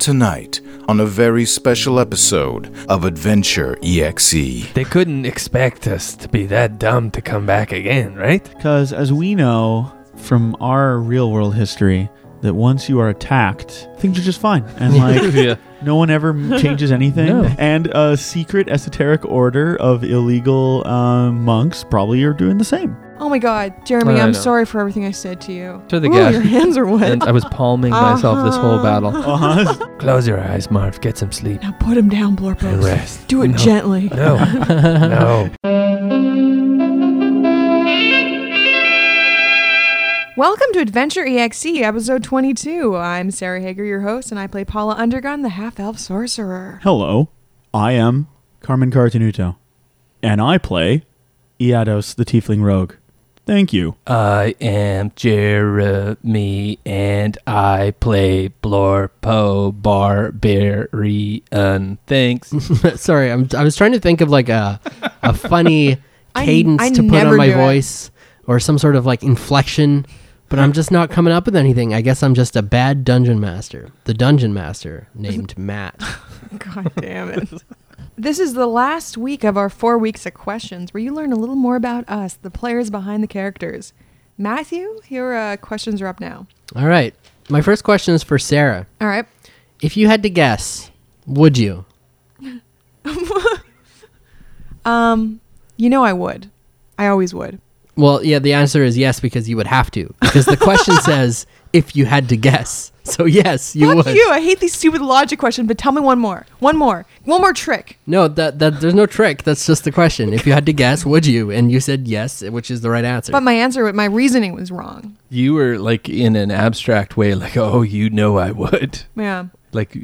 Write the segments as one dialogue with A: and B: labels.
A: tonight on a very special episode of Adventure E EXE.
B: They couldn't expect us to be that dumb to come back again, right?
C: Because as we know from our real world history, that once you are attacked, things are just fine. And like,
B: yeah.
C: no one ever m- changes anything.
B: No.
C: And a secret esoteric order of illegal um, monks probably are doing the same.
D: Oh my God, Jeremy,
B: I
D: I'm
B: know.
D: sorry for everything I said to you.
B: To the
D: Ooh,
B: gas.
D: Your hands are wet.
B: And I was palming myself this whole battle.
C: Uh-huh.
B: Close your eyes, Marv. Get some sleep
D: now put him
B: and
D: down, Blorpos.
B: rest.
D: Do it
B: no.
D: gently.
B: No. no.
D: Welcome to Adventure EXE, episode 22. I'm Sarah Hager, your host, and I play Paula Undergun, the half-elf sorcerer.
C: Hello, I am Carmen Cartenuto, and I play Iados the Tiefling Rogue. Thank you.
B: I am Jeremy, and I play Blorpo Barbarian. Thanks.
E: Sorry, I'm, I was trying to think of like a a funny
D: I-
E: cadence
D: I
E: to put
D: never
E: on my
D: do it.
E: voice or some sort of like inflection, but I'm just not coming up with anything. I guess I'm just a bad dungeon master. The dungeon master named Matt.
D: God damn it. This is the last week of our four weeks of questions, where you learn a little more about us, the players behind the characters. Matthew, your uh, questions are up now.
E: All right. My first question is for Sarah.
D: All right.
E: If you had to guess, would you?
D: Um, you know I would. I always would.
E: Well, yeah, the answer is yes because you would have to because the question says if you had to guess. So yes, you
D: Fuck
E: would.
D: you! I hate these stupid logic questions, but tell me one more. One more. One more trick.
E: No, that that there's no trick. That's just the question. If you had to guess, would you? And you said yes, which is the right answer.
D: But my answer, my reasoning was wrong.
B: You were like in an abstract way, like, oh, you know, I would.
D: Yeah.
B: Like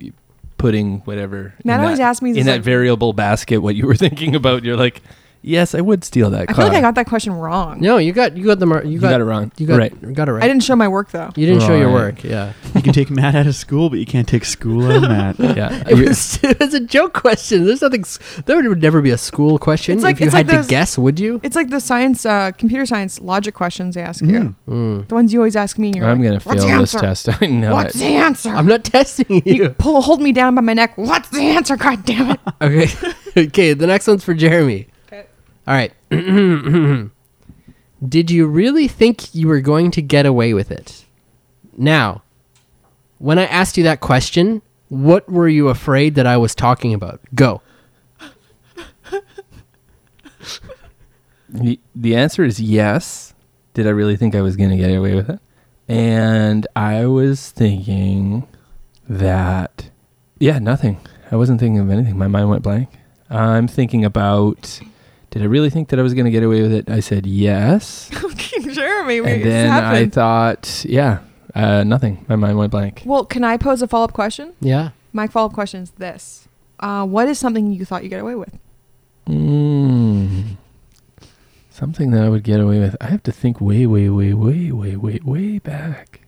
B: putting whatever.
D: Matt
B: in
D: always
B: that,
D: asks me, he's
B: in that
D: like-
B: variable basket what you were thinking about. You're like, yes, I would steal that
D: I
B: car.
D: feel like I got that question wrong.
E: No, you got you got the mar- you,
B: you
E: got,
B: got, it wrong.
E: you got
B: right.
E: you got it right.
D: I didn't show my work though.
E: you didn't show your
B: Right.
E: work. Yeah,
C: You can take Matt out of school, but you can't take school out of Matt.
B: Yeah.
E: it was it was a joke question. There's nothing. s- There would never be a school question
D: It's like-
E: if you
D: it's
E: had
D: like
E: to
D: those-
E: guess. Would you?
D: It's like the science, uh, computer science logic questions they ask you.
C: Mm.
E: Mm.
D: The ones you always ask me. And you're
B: I'm
D: like,
B: going to
D: "What's the
B: fail this
D: answer?
B: test. I know
D: What's
B: it.
D: the answer?
E: I'm not testing
D: you
E: you.
D: pull, hold me down by my neck. What's the answer? God damn it!
E: okay. okay. The next one's for Jeremy.
D: Okay.
E: All right. Did you really think you were going to get away with it? Now, when I asked you that question, what were you afraid that I was talking about? Go.
B: The, the answer is yes. Did I really think I was going to get away with it? And I was thinking that, yeah, nothing. I wasn't thinking of anything. My mind went blank. I'm thinking about, did I really think that I was going to get away with it? I said yes.
D: King Jeremy, we,
B: and
D: it's
B: then I
D: happened.
B: thought, yeah, uh, nothing. My mind went blank.
D: well, can I pose a follow up question?
E: Yeah.
D: My follow up question is this: uh, What is something you thought you get away with?
B: Mm. Something that I would get away with. I have to think way, way, way, way, way, way, way back.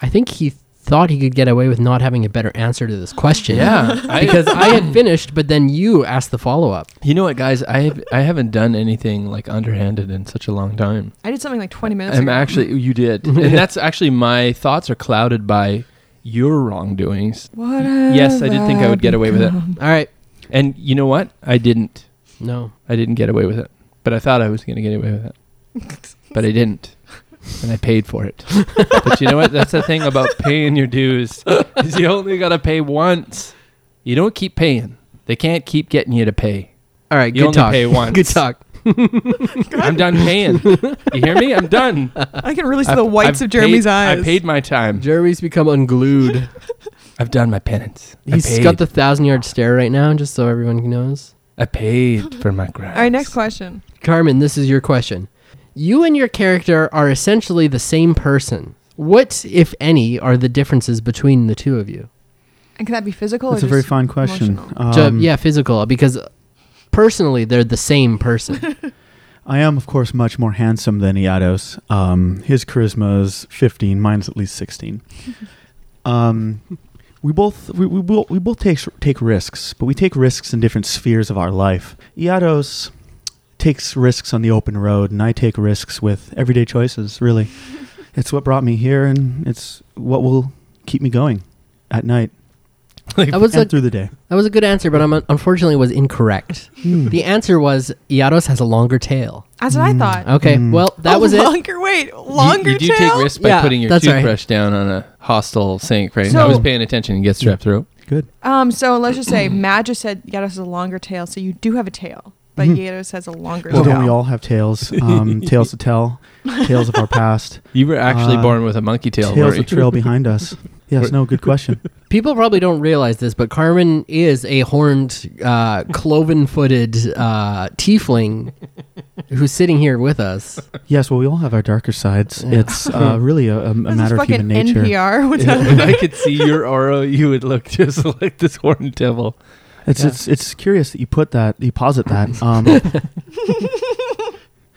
E: I think he thought he could get away with not having a better answer to this question.
B: Yeah. I-
E: Because I had finished, but then you asked the follow up.
B: You know what, guys? I have, I haven't done anything like underhanded in such a long time.
D: I did something like 20 minutes
B: I'm
D: ago.
B: actually you did, and that's actually my thoughts are clouded by your wrongdoings.
D: What
B: Yes, I did think I would get away with it,
E: All right.
B: and you know what? I didn't.
E: No.
B: I didn't get away with it, but I thought I was going to get away with it, but I didn't, and I paid for it. but you know what? That's the thing about paying your dues is you only got to pay once. You don't keep paying. They can't keep getting you to pay.
E: All right.
B: You only
E: good talk.
B: pay once.
E: Good talk.
B: I'm done paying. You hear me? I'm done.
D: I can really see
B: I've-
D: the whites
B: I've
D: of Jeremy's
B: paid-
D: eyes.
B: I paid my time.
E: Jeremy's become unglued.
B: I've done my penance. I
E: He's
B: paid.
E: got the thousand yard stare right now, just so everyone knows.
B: I paid for my crimes.
D: All right, next question.
E: Carmen, this is your question. You and your character are essentially the same person. What, if any, are the differences between the two of you?
D: And can that be physical?
C: That's
D: or
C: a very
D: just
C: fine question.
D: Oh, emotional?
E: Ju-
C: Um,
E: yeah, physical, because personally, they're the same person.
C: I am, of course, much more handsome than Iados. Um, his charisma is 15. Mine's at least 16. um, we both we, we, bo- we both take take risks, but we take risks in different spheres of our life. Iados takes risks on the open road, and I take risks with everyday choices. Really, it's what brought me here, and it's what will keep me going at night.
B: Like,
E: That was
C: and
E: a
C: through the day.
E: that was a good answer, but I'm, unfortunately was incorrect. the answer was Iaros has a longer tail.
D: That's what I thought.
E: Okay,
C: Mm.
E: well that
D: A
E: was it.
D: Longer wait, longer
B: you, you do
D: tail.
B: take risks by
E: Yeah,
B: putting your
E: that's right.
B: toothbrush down on a hostile sink, right? I was
D: So-
B: paying attention and get strep throat.
C: Good.
D: Um, so let's just say Mad just said Yados has a longer tail, so you do have a tail, but
C: Mhm.
D: Yados has a longer
C: Well,
D: tail.
C: don't we all have tales? Um, tales to tell, tales of our past,
B: You were actually
C: Uh,
B: born with a monkey tail.
C: tales
B: Rory.
C: of trail behind us. Yes, no, good question.
E: People probably don't realize this, but Carmen is a horned, uh, cloven-footed uh, tiefling who's sitting here with us.
C: Yes, well, we all have our darker sides.
E: Yeah.
C: It's uh, really a, a, a
D: this is
C: matter of
D: fucking
C: human nature.
D: NPR. What's
B: Yeah,
D: happening?
B: if I could see your aura, you would look just like this horned devil.
C: It's
B: Yeah.
C: it's it's curious that you put that you posit that. Um,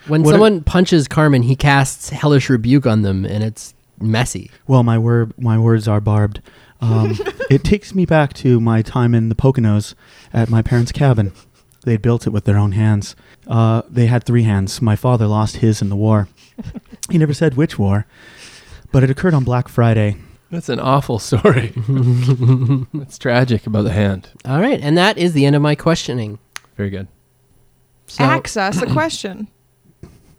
E: When
C: What are-
E: someone punches Carmen, he casts hellish rebuke on them, and it's messy.
C: well, my word my words are barbed. Um, it takes me back to my time in the Poconos at my parents' cabin. They built it with their own hands. Uh, they had three hands. My father lost his in the war. He never said which war, but it occurred on Black Friday.
B: That's an awful story. That's tragic about the hand.
E: All right, and that is the end of my questioning.
B: Very good.
E: So,
D: Ask us a question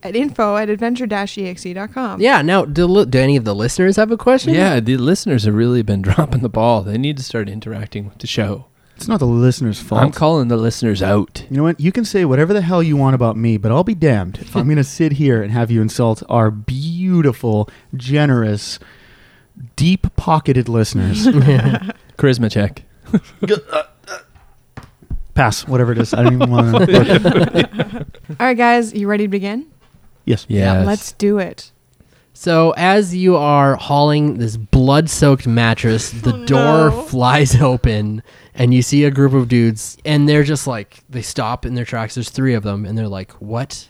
D: at info at E adventure-exe.com.
E: yeah. Now, do, li- do any of the listeners have a question?
B: Yeah, the listeners have really been dropping the ball. They need to start interacting with the show.
C: It's not the listener's fault.
B: I'm calling the listeners out.
C: You know what? You can say whatever the hell you want about me, but I'll be damned if I'm going to sit here and have you insult our beautiful, generous, deep pocketed listeners.
B: Charisma check.
C: Pass, whatever it is. I don't even want to.
D: All right, guys, you ready to begin?
C: Yes.
B: Yeah.
D: Let's do it.
E: So as you are hauling this blood-soaked mattress, the
D: Oh,
E: door
D: no.
E: flies open and you see a group of dudes and they're just like they stop in their tracks. There's three of them and they're like, "What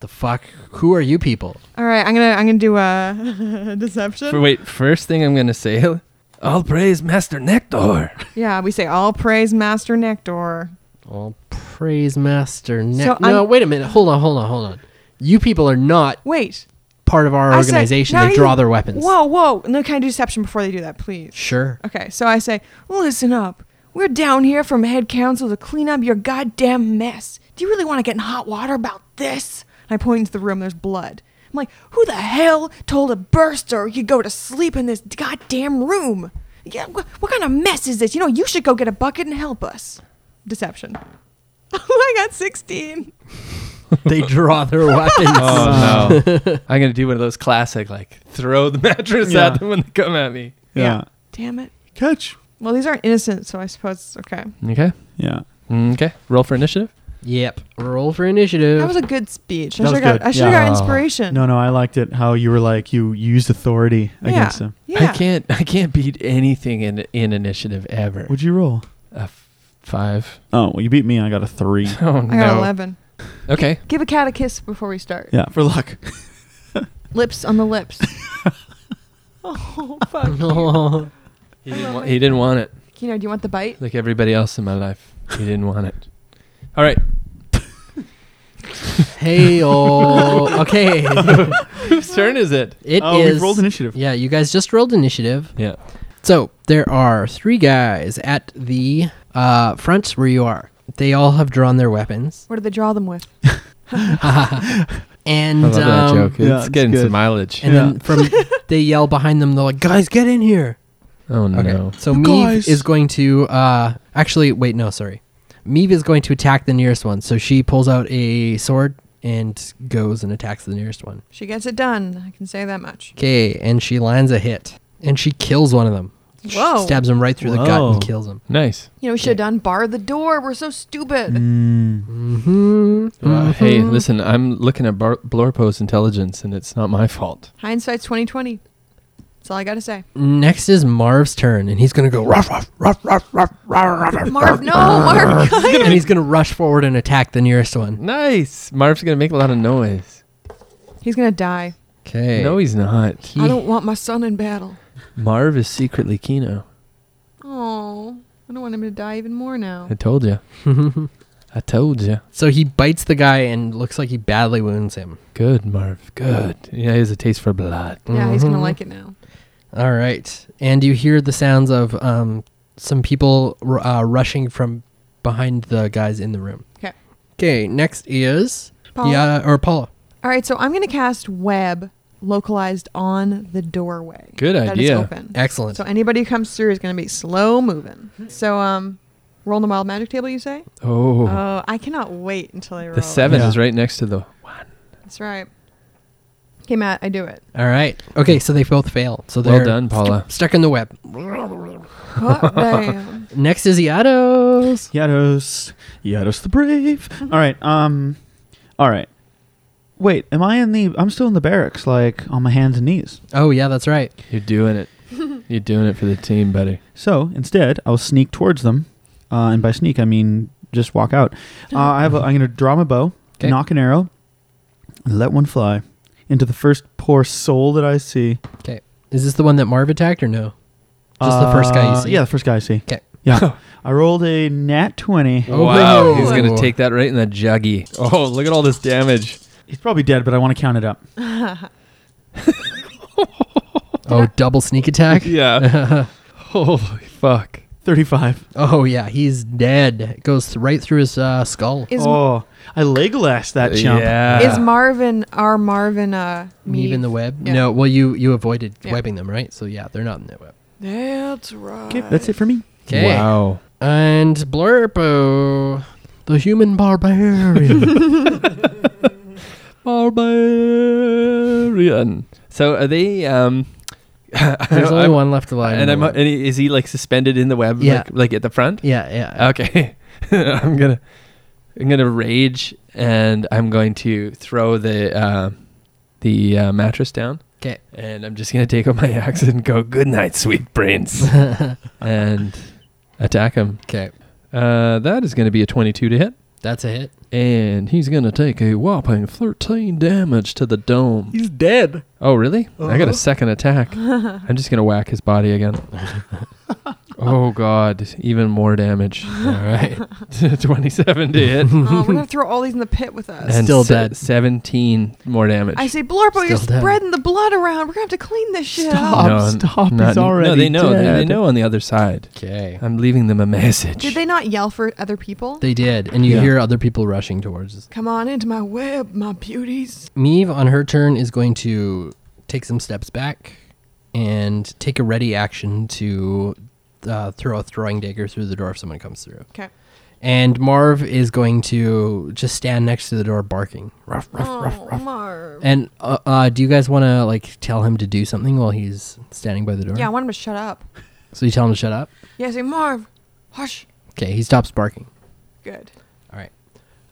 E: the fuck? Who are you people?"
D: All right, I'm gonna I'm gonna do a deception.
B: wait, first thing I'm going to say, all praise Master Nectar.
D: yeah, we say all praise Master Nectar.
E: All praise Master Nick.
D: So
E: no,
D: I'm-
E: wait a minute. Hold on, hold on, hold on. You people are not
D: Wait,
E: part of our
D: I said-
E: organization.
D: now
E: they draw
D: you-
E: their weapons.
D: Whoa, whoa! No, can I do deception before they do that, please?
E: Sure.
D: Okay, so I say, listen up. We're down here from head council to clean up your goddamn mess. Do you really want to get in hot water about this? And I point into the room, there's blood. I'm like, who the hell told a burster you go to sleep in this goddamn room? Yeah, wh- what kind of mess is this? You know, you should go get a bucket and help us. Deception. Oh, I got 16.
E: they draw their weapons.
C: Uh.
B: Oh, no. I'm going to do one of those classic, like, throw the mattress
C: Yeah.
B: at them when they come at me.
C: Yeah.
D: Damn it.
C: Catch.
D: Well, these aren't innocent, so I suppose it's okay.
B: Okay. Mm,
C: Yeah.
B: Okay. Roll for initiative.
E: Yep. Roll for initiative.
D: That was a good speech.
C: That
D: I
C: was
D: should have got,
C: good.
D: I should've
B: Yeah.
D: got inspiration.
C: No, no, I liked it how you were like, you used authority against them.
D: Yeah.
B: I can't. I can't beat anything in in initiative ever.
C: What'd you roll?
B: A f- five.
C: Oh, well, you beat me. I got a three.
B: Oh
D: I got
B: no.
D: 11.
B: Okay.
D: Give a cat a kiss before we start.
C: yeah, for luck.
D: Lips on the lips. oh, fuck.
E: Oh.
B: He didn't, wa- he didn't want it,
D: Kino, do you want the bite?
B: like everybody else in my life. He didn't want it. All right.
E: Hey, oh. Okay.
B: Whose turn is it?
E: It is.
C: oh, we've rolled initiative.
E: yeah, you guys just rolled initiative.
B: Yeah.
E: So there are three guys at the uh, front where you are. They all have drawn their weapons.
D: What did they draw them with?
E: and
B: I love that
E: um,
B: joke. It's
C: yeah, it's
B: getting
C: good.
B: some mileage.
E: And then from they yell behind them, they're like, "Guys, get in here!"
B: oh no.
E: So
C: You
E: Meev
C: guys.
E: is going to uh, actually wait. No, sorry. Meev is going to attack the nearest one. So she pulls out a sword and goes and attacks the nearest one.
D: She gets it done. I can say that much.
E: Okay, and she lands a hit and she kills one of them. She
D: Whoa.
E: Stabs him right through the gut
C: Whoa.
E: and kills him.
B: Nice.
D: You know, we should have done bar the door. We're so stupid.
C: Mm.
E: Mm-hmm.
B: Uh, hey, listen. I'm looking at Bar- Blorpo's intelligence, and it's not my fault.
D: Hindsight's 2020. That's all I got to say.
E: Next is Marv's turn, and he's gonna go ruff ruff ruff ruff ruff ruff ruff, ruff,
D: Marv, no, Marv. God.
E: and he's gonna rush forward and attack the nearest one.
B: Nice. Marv's gonna make a lot of noise.
D: He's going to die.
E: Okay.
B: No, he's not.
E: he,
D: I don't want my son in battle.
B: Marv is secretly Kino.
D: Oh, I don't want him to die even more now.
B: I told you. I told you.
E: so he bites the guy and looks like he badly wounds him.
B: Good, Marv. Good. Yeah, he has a taste for blood.
D: Yeah, he's going to
E: Mhm.
D: like it now.
E: All right, and you hear the sounds of um, some people r- uh, rushing from behind the guys in the room.
D: 'Kay.
E: Okay. Next is
D: Paula.
E: yeah or Paula.
D: All right, so I'm going to cast web localized on the doorway.
B: Good
D: that is
B: idea.
D: open.
E: Excellent.
D: So anybody who comes through is going to be slow moving. So um, roll the wild magic table. You say?
B: Oh,
D: Oh, I cannot wait until I roll.
B: the seven
C: Yeah.
B: is right next to the.
D: That's right. Okay, Matt, I do it.
E: All right. Okay. So they both fail. So they're
B: Well done, Paula.
E: stuck in the web.
D: Hot damn.
E: Next is Iados.
C: Yados, Yados the Brave.
E: Mm-hmm.
C: All right. Um. All right. Wait, am I in the? I'm still in the barracks, like on my hands and knees.
E: Oh yeah, that's right.
B: You're doing it. You're doing it for the team, buddy.
C: So instead, I'll sneak towards them, uh, and by sneak I mean just walk out. Uh, I have. A, I'm going to draw my bow,
E: 'Kay.
C: knock an arrow, and let one fly into the first poor soul that I see.
E: Okay. Is this the one that Marv attacked or no? Just the first guy you
C: Uh,
E: see.
C: Yeah, the first guy I see.
E: 'Kay.
C: Yeah. I rolled a nat twenty.
E: Oh,
B: wow,
E: no.
B: he's
E: Ooh.
B: gonna take that right in the juggy. Oh, look at all this damage.
C: He's probably dead, but I want to count it up.
E: Oh, double sneak attack.
B: Yeah. Holy fuck.
C: Thirty-five.
E: Oh yeah, he's dead. It goes th- right through his uh, skull.
D: Is
C: oh, I Legolas that chump.
B: Yeah.
D: is Marvin our Marvin uh
E: Weave in the
D: Meave?
E: web.
D: Yeah.
E: No, well you you avoided
D: Yeah.
E: webbing them, right? So yeah, they're not in the web.
D: That's right.
C: Okay, that's it for me.
E: 'Kay.
B: Wow.
E: And Blurpo, the human barbarian.
B: Barbarian. So are they? Um,
E: There's only
B: I'm-
E: one left alive. in
B: and
E: the
B: I'm.
E: web.
B: And he- is he like suspended in the web?
E: Yeah.
B: Like, like at the front?
E: yeah, yeah.
B: Okay. I'm gonna. I'm gonna rage, and I'm going to throw the uh, the uh, mattress down.
E: 'Kay.
B: And I'm just gonna take out my axe and go, "Good night, sweet prince," and attack him.
E: Okay,
B: Uh, that is going to be a 22 to hit.
E: that's a hit.
B: And he's going to take a whopping 13 damage to the dome.
E: He's dead.
B: Oh, really? I
D: Uh-huh.
B: got a second attack. I'm just going to whack his body again. oh, God. Even more damage.
E: All right.
B: 27 to hit.
D: Oh, we're gonna throw all these in the pit with us.
B: And
E: Still
B: se-
E: dead.
B: 17 more damage.
D: I say, Blorpo, you're
E: Still dead.
D: spreading the blood around. We're gonna have to clean this shit
C: Stop.
D: up.
C: stop,
B: not-
C: Oh, he's
B: No,
C: already
B: they know. They, they
C: dead.
B: know on the other side.
E: Okay.
B: I'm leaving them a message.
D: Did they not yell for other people?
E: They did, and you
C: Yeah.
E: hear other people rushing towards us.
D: Come on into my web, my beauties.
E: Meave on her turn is going to take some steps back and take a ready action to uh, throw a throwing dagger through the door if someone comes through.
D: Okay.
E: And Marv is going to just stand next to the door barking. Ruff, ruff, ruff.
D: Oh, Marv.
E: And uh, uh, do you guys want to like tell him to do something while he's standing by the door?
D: Yeah, I want him to shut up.
E: So you tell him to shut up.
D: Yeah, I say, Marv, hush.
E: Okay, he stops barking.
D: Good.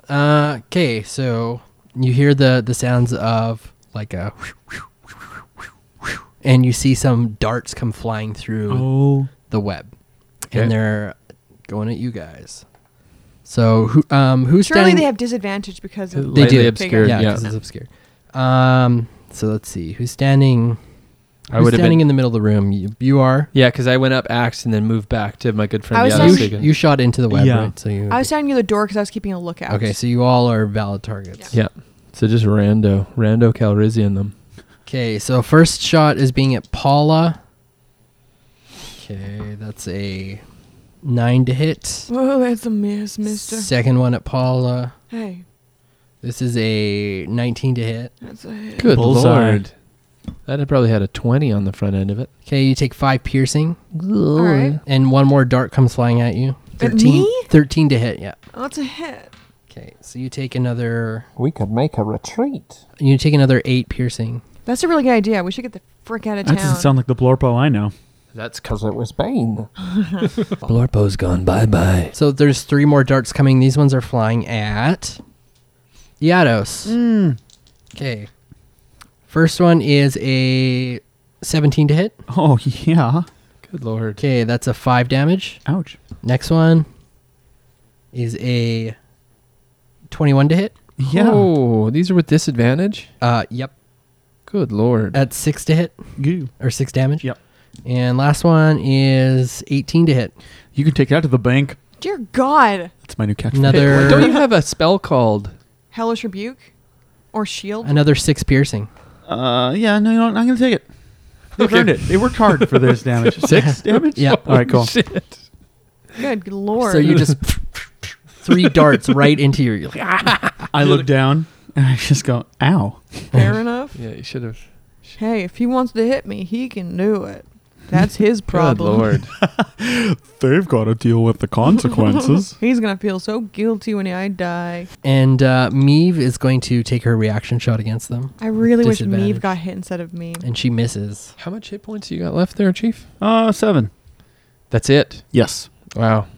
E: Uh, Okay, so you hear the the sounds of like a, and you see some darts come flying through
C: Oh,
E: the web,
B: Okay.
E: and they're going at you guys. So who um who's
D: Surely
E: standing?
D: they have disadvantage because of
E: They
B: Lightly
E: do.
B: obscured.
E: yeah,
B: yeah.
E: because it's obscure. Um, so let's see who's standing.
B: I
E: who's
B: would have
E: standing
B: been.
E: in the middle of the room. You, you are.
B: yeah, because I went up axe and then moved back to my good friend.
D: I was
B: the
D: saying-
B: other
E: you,
D: was
E: sh-
B: Stegan.
E: you shot into the web,
C: Yeah.
E: right? So you.
D: I was standing near the door because I was keeping a lookout.
E: okay, so you all are valid targets.
B: Yeah. So just rando, rando Calrissian them.
E: Okay, so first shot is being at Paula. Okay, that's a nine to hit.
D: Oh, that's a miss, mister.
E: Second one at Paula.
D: Hey,
E: This is a 19 to hit.
D: that's a hit.
B: Good
C: Bullseye.
B: lord. That had probably had a 20 on the front end of it.
E: Okay, you take five piercing,
D: All right.
E: and one more dart comes flying at you.
D: At
E: 13,
D: me?
E: 13 to hit, yeah.
D: Oh, that's a hit.
E: Okay, so you take another.
F: We could make a retreat.
E: You take another eight piercing.
D: That's a really good idea. We should get the frick out of
C: that
D: town.
C: doesn't sound like the Blorpo I know.
F: That's because it was Bane.
B: Blorpo's gone bye bye.
E: So there's three more darts coming. These ones are flying at Yados.
B: Hmm.
C: Mm.
E: Okay. First one is a 17 to hit.
C: Oh yeah.
B: Good lord.
E: Okay, that's a 5 damage.
C: Ouch.
E: Next one is a 21 to hit.
C: Yeah.
B: Oh, these are with disadvantage?
E: Uh, yep.
B: Good lord.
E: That's 6 to hit,
C: Goo.
E: or 6 damage.
C: Yep.
E: And last one is 18 to hit.
C: You can take that to the bank.
D: Dear God.
C: That's my new catchphrase.
E: Another
B: Don't you have a spell called?
D: Hellish Rebuke? Or Shield?
E: another 6 piercing.
C: Uh, yeah. No, you know what? I'm gonna take it. They
B: Okay.
C: earned it. They worked hard for this damage. Six damage.
E: Yeah.
C: All right. Cool.
B: Shit.
D: Good lord.
E: So you just three darts right into your. You're like, "Ah."
C: I look down and I just go, ow.
D: fair enough.
B: Yeah, you should have.
D: Hey, if he wants to hit me, he can do it. That's his problem.
B: Lord.
C: They've got to deal with the consequences.
D: He's gonna feel so guilty when I die.
E: And uh, Meave is going to take her reaction shot against them,
D: I really wish
E: Disadvantage.
D: Meve got hit instead of me.
E: and she misses.
B: How much hit points you got left there, Chief?
C: uh, seven.
B: That's it.
C: Yes.
B: Wow.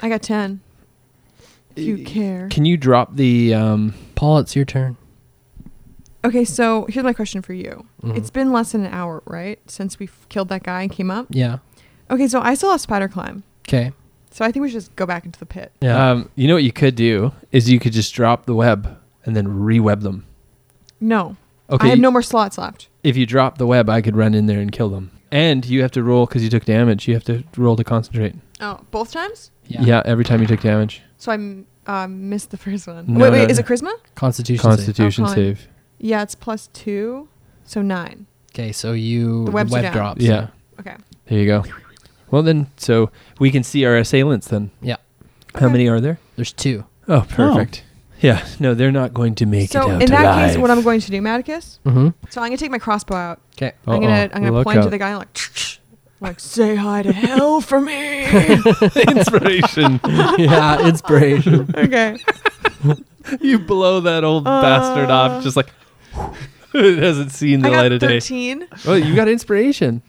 D: I got ten. If you
B: Uh,
D: care.
B: Can you drop the? Um,
E: Paul, it's your turn.
D: Okay, so here's my question for you.
E: Mhm.
B: Mm-hmm.
D: It's been less than an hour, right, since we f- killed that guy and came up.
E: yeah.
D: Okay, so I still have spider climb,
E: Okay. Uh,
D: so I think we should just go back into the pit.
E: Yeah.
B: um, you know what you could do is you could just drop the web and then re-web them.
D: No,
B: Okay.
D: I have no more slots left.
B: if you drop the web, I could run in there and kill them. And you have to roll because you took damage. You have to roll to concentrate.
D: Oh, both times.
B: Yeah, every time you took damage.
D: So I m- uh, missed the first one.
B: No,
D: wait, wait,
B: no,
D: is
B: no.
D: it charisma?
E: Constitution.
B: Constitution
D: Oh, con-
B: save.
D: Yeah, it's plus two, so nine.
E: Okay, so you
D: The webs are
E: web
D: down.
E: drops.
B: Yeah.
D: Okay.
B: There you go. Well, then, so we can see our assailants then.
E: Yeah.
B: How
D: Okay.
B: many are there?
E: There's two.
B: Oh, perfect. Yeah. No, they're not going to make
D: so
B: it out
D: in that
B: alive.
D: case, what I'm going to do, Maticus?
E: Mm-hmm.
D: So I'm gonna take my crossbow out.
E: Okay.
D: I'm gonna
B: Uh-oh.
D: I'm gonna
B: Look
D: point to
B: out.
D: the guy and like like say hi to hell for me.
B: inspiration.
E: yeah, inspiration.
D: okay.
B: you blow that old bastard
D: Uh.
B: off, just like it hasn't seen the
D: I
B: light
D: got
B: of day.
D: thirteen.
B: Oh, you got inspiration.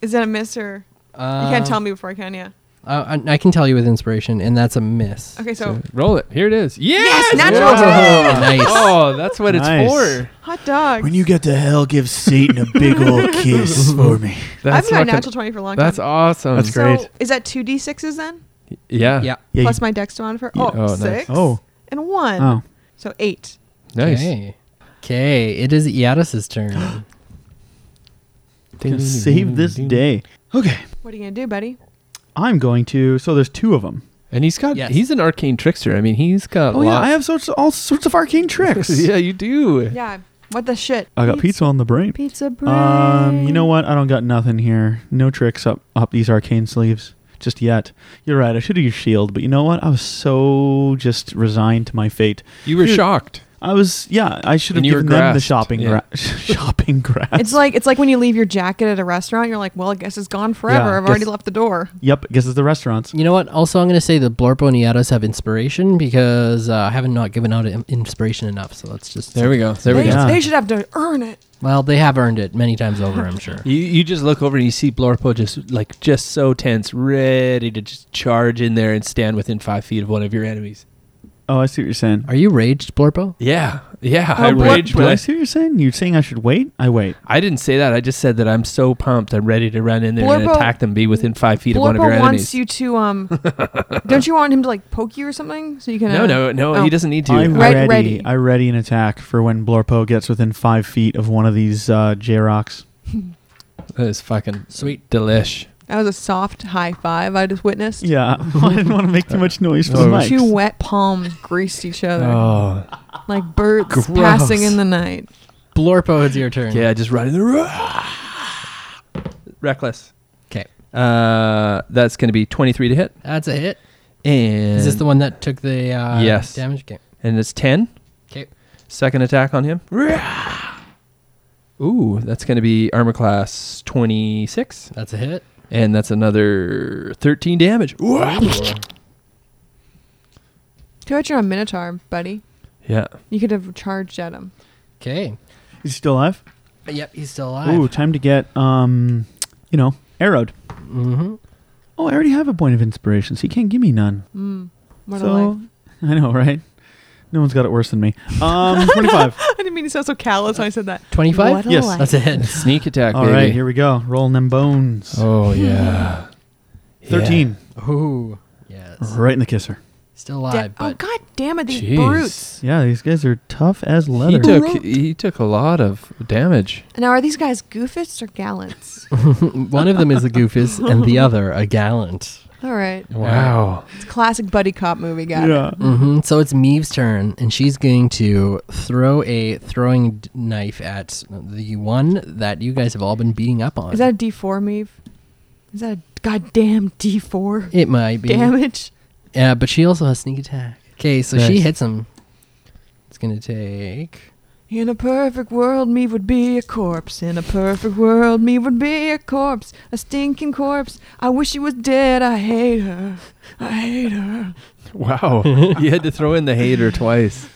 D: Is that a miss or you
E: Uh,
D: can't
C: Um,
D: tell me before I can, yeah.
E: I, Uh, I- I can tell you with inspiration, and that's a miss.
D: Okay, so
B: Roll it. Here it is. Yes.
D: natural
B: Whoa.
E: Oh, nice.
B: Oh, that's what it's
C: Nice.
B: for.
D: hot dogs.
C: get to hell, give Satan a big old kiss for me.
D: I've
B: That's
D: been a
B: fucking-
D: natural twenty for a long
B: That's
D: time.
B: awesome.
C: That's
D: so
C: great.
D: is that two D sixes then?
B: Yeah.
E: Yeah.
C: Yeah,
D: Plus
C: you-
D: my dex modifier.
B: Yeah.
D: Oh,
B: Oh, nice.
D: six
C: oh,
D: and a one.
C: oh.
D: So eight.
B: Nice.
E: Okay. Okay, it is Yaddis's turn.
C: Gonna save this day. Okay,
D: What are you gonna do, buddy?
C: I'm going to. So there's two of them.
B: And he's got
E: Yes.
B: he's an arcane trickster. I mean, he's got
C: Oh yeah, I have sorts all sorts of arcane tricks.
B: yeah, you do.
D: Yeah. What the shit?
C: I got pizza on the brain.
D: Pizza bread.
C: Um, you know what? I don't got nothing here. No tricks up up these arcane sleeves just yet. You're right. I should have used shield, but you know what? I was so just resigned to my fate.
B: You were
C: Dude,
B: shocked.
C: I was yeah. I should have
B: And you were
C: given them the
B: grassed,
C: shopping
B: yeah.
C: gra- shopping grass.
D: It's like it's like when you leave your jacket at a restaurant, you're like, well, I guess it's gone forever.
C: Yeah,
D: I've already
C: guess-
D: left the door.
C: yep. Guess it's the restaurants.
E: You know what? Also, I'm going to say the Blorpo and Yaddis have inspiration because uh, I haven't not given out in- inspiration enough. So let's just.
B: There we go. There
D: They,
B: we go.
C: Yeah.
D: they should have to earn it.
E: Well, they have earned it many times over, I'm sure.
B: You you just look over and you see Blorpo just like just so tense, ready to just charge in there and stand within five feet of one of your enemies.
C: Oh, I see what you're saying.
E: Are you raged, Blorpo?
B: Yeah, yeah.
D: Oh,
B: I
D: Blor-
B: rage.
C: But I
B: I,
C: see what you're saying. You're saying I should wait. I wait.
B: I didn't say that. I just said that I'm so pumped. I'm ready to run in there and
D: Blorpo-
B: attack them. Be within five feet of one of your
D: Blorpo
B: enemies.
D: wants you to um. don't you want him to like poke you or something so you can?
B: no,
D: uh,
B: no, no.
D: Oh.
B: He doesn't need to.
C: I'm
D: Right-
C: ready.
D: ready.
C: I ready an attack for when Blorpo gets within five feet of one of these uh, J rocks.
B: that is fucking
E: Sweet.
B: delish.
D: That was a soft high five I just witnessed.
C: Yeah, I didn't want to make too much noise for the
B: Oh.
C: mic.
D: Two wet palms greased each other
B: Oh,
D: like birds
B: Gross.
D: passing in the night.
E: Blorpo, it's your turn.
B: Yeah, just right in the room. Reckless.
E: 'Kay.
B: Uh, that's going to be 23 to hit.
E: That's a hit.
B: And
E: Is this the one that took the uh,
B: Yes.
E: damage? Okay.
B: And it's 10.
E: 'Kay.
B: Second attack on him. Ooh, that's going to be armor class 26.
E: That's a hit.
B: And that's another 13 damage.
D: Too bad you're a minotaur, buddy.
B: Yeah.
D: You could have charged at him.
E: Okay.
C: Is he still alive?
E: Yep, he's still alive.
C: Ooh, time to get um, you know, arrowed.
E: Mm-hmm.
C: Oh, I already have a point of inspiration, so he can't give me none.
D: Mm, what a
C: so
D: life.
C: I know, right? No one's got it worse than me. Um, twenty-five.
D: I didn't mean to sound so callous when I said that.
E: 25?
D: What a
C: Yes.
D: life.
E: That's a hit.
B: Sneak attack,
C: All
B: baby.
C: right, here we go. Rolling them bones.
B: Oh, yeah. Yeah.
C: Thirteen,
E: Ooh. Yes.
C: right in the kisser.
E: Still
D: Da-
E: alive,
D: oh
E: but
D: god damn it, these
B: Jeez.
D: brutes.
C: Yeah, these guys are tough as
B: He
C: leather.
B: took, he took a lot of damage.
D: Now are these guys goofists or gallants?
E: one of them is a goofus and the other a gallant.
D: All right.
B: Wow.
D: It's a classic buddy cop movie, guy.
C: yeah.
E: hmm So it's Meve's turn, and she's going to throw a throwing d- knife at the one that you guys have all been beating up on.
D: Is that a D4 move? Is that a goddamn D4
E: It might be.
D: damage.
E: Yeah, but she also has sneak attack. Okay, so she
B: Nice.
E: hits him. It's gonna take.
D: In a perfect world, me would be a corpse. In a perfect world, me would be a corpse. A stinking corpse. I wish she was dead. I hate her. I hate her.
B: Wow. you had to throw in the hater twice.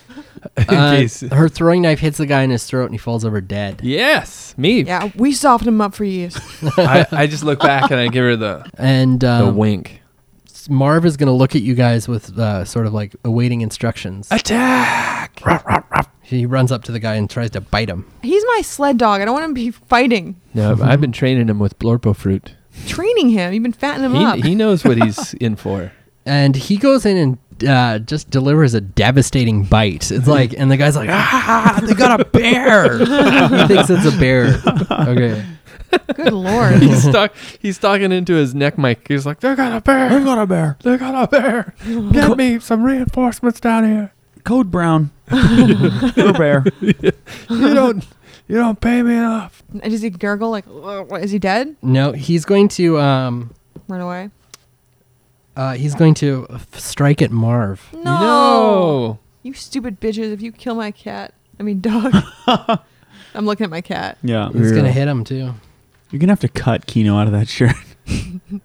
B: In
E: Uh,
B: case-
E: her throwing knife hits the guy in his throat and he falls over dead.
B: Yes, me.
D: Yeah, we softened him up for years.
B: I, I just look back and I give her the,
E: And
B: the
E: um,
B: wink.
E: Marv is gonna look at you guys with uh, sort of like awaiting instructions.
B: Attack!
E: He runs up to the guy and tries to bite him.
D: He's my sled dog. I don't want him to be fighting.
B: No, I've been training him with Blorpo fruit.
D: Training him. You've been fattening him up.
B: He, he knows what he's in for.
E: and he goes in and uh, just delivers a devastating bite. It's like, and the guy's like, ah, they got a bear. he thinks it's a bear.
B: Okay.
D: Good lord.
B: he's stuck. He's talking into his neck mic. He's like, "They got a bear. They got a bear. They got a bear. Get me some reinforcements down here.
C: Code Brown. You're a bear.
B: You don't. You don't pay me enough."
D: And Does he gurgle like? "Ugh," Is he dead?
E: No, he's going to, um,
D: Run away.
E: uh, he's going to f- strike at Marv.
D: No.
B: No.
D: You stupid bitches! If you kill my cat, I mean dog. I'm looking at my cat.
C: Yeah.
E: He's
B: Yeah.
E: gonna hit him too.
C: You're going to have to cut Kino out of that shirt.
B: Oh.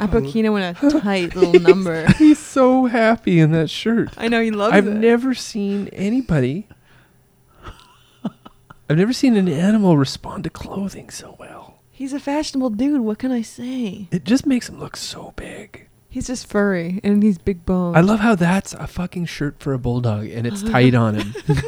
D: I put Kino in a tight little number.
B: He's so happy in that shirt.
D: I know he loves
B: I've
D: it.
B: never seen anybody. I've never seen an animal respond to clothing so well.
D: He's a fashionable dude. What can I say?
B: It just makes him look so big.
D: He's just furry and these big bones.
B: I love how that's a fucking shirt for a bulldog and it's tight on him.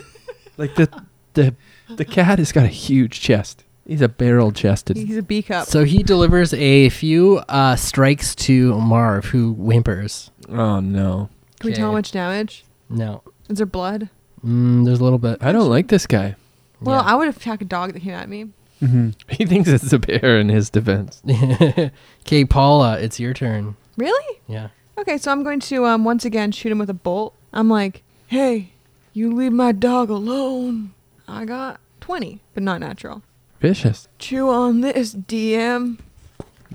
B: like the the the cat has got a huge chest. He's a barrel chested.
D: He's a B cup.
E: So he delivers a few uh, strikes to Marv, who whimpers.
B: Oh no.
D: can we tell how
E: okay.
D: much damage?
E: No,
D: Is there blood?
E: mm, there's a little bit.
B: I don't like this guy.
D: Well,
E: Yeah.
D: I would have attacked a dog that came at me.
C: Mm-hmm.
B: He thinks it's a bear in his defense.
E: okay, Paula, it's your turn.
D: Really?
E: Yeah.
D: Okay, so I'm going to um once again shoot him with a bolt. I'm like, hey, you leave my dog alone. I got twenty, but not natural.
B: Vicious.
D: Chew on this DM.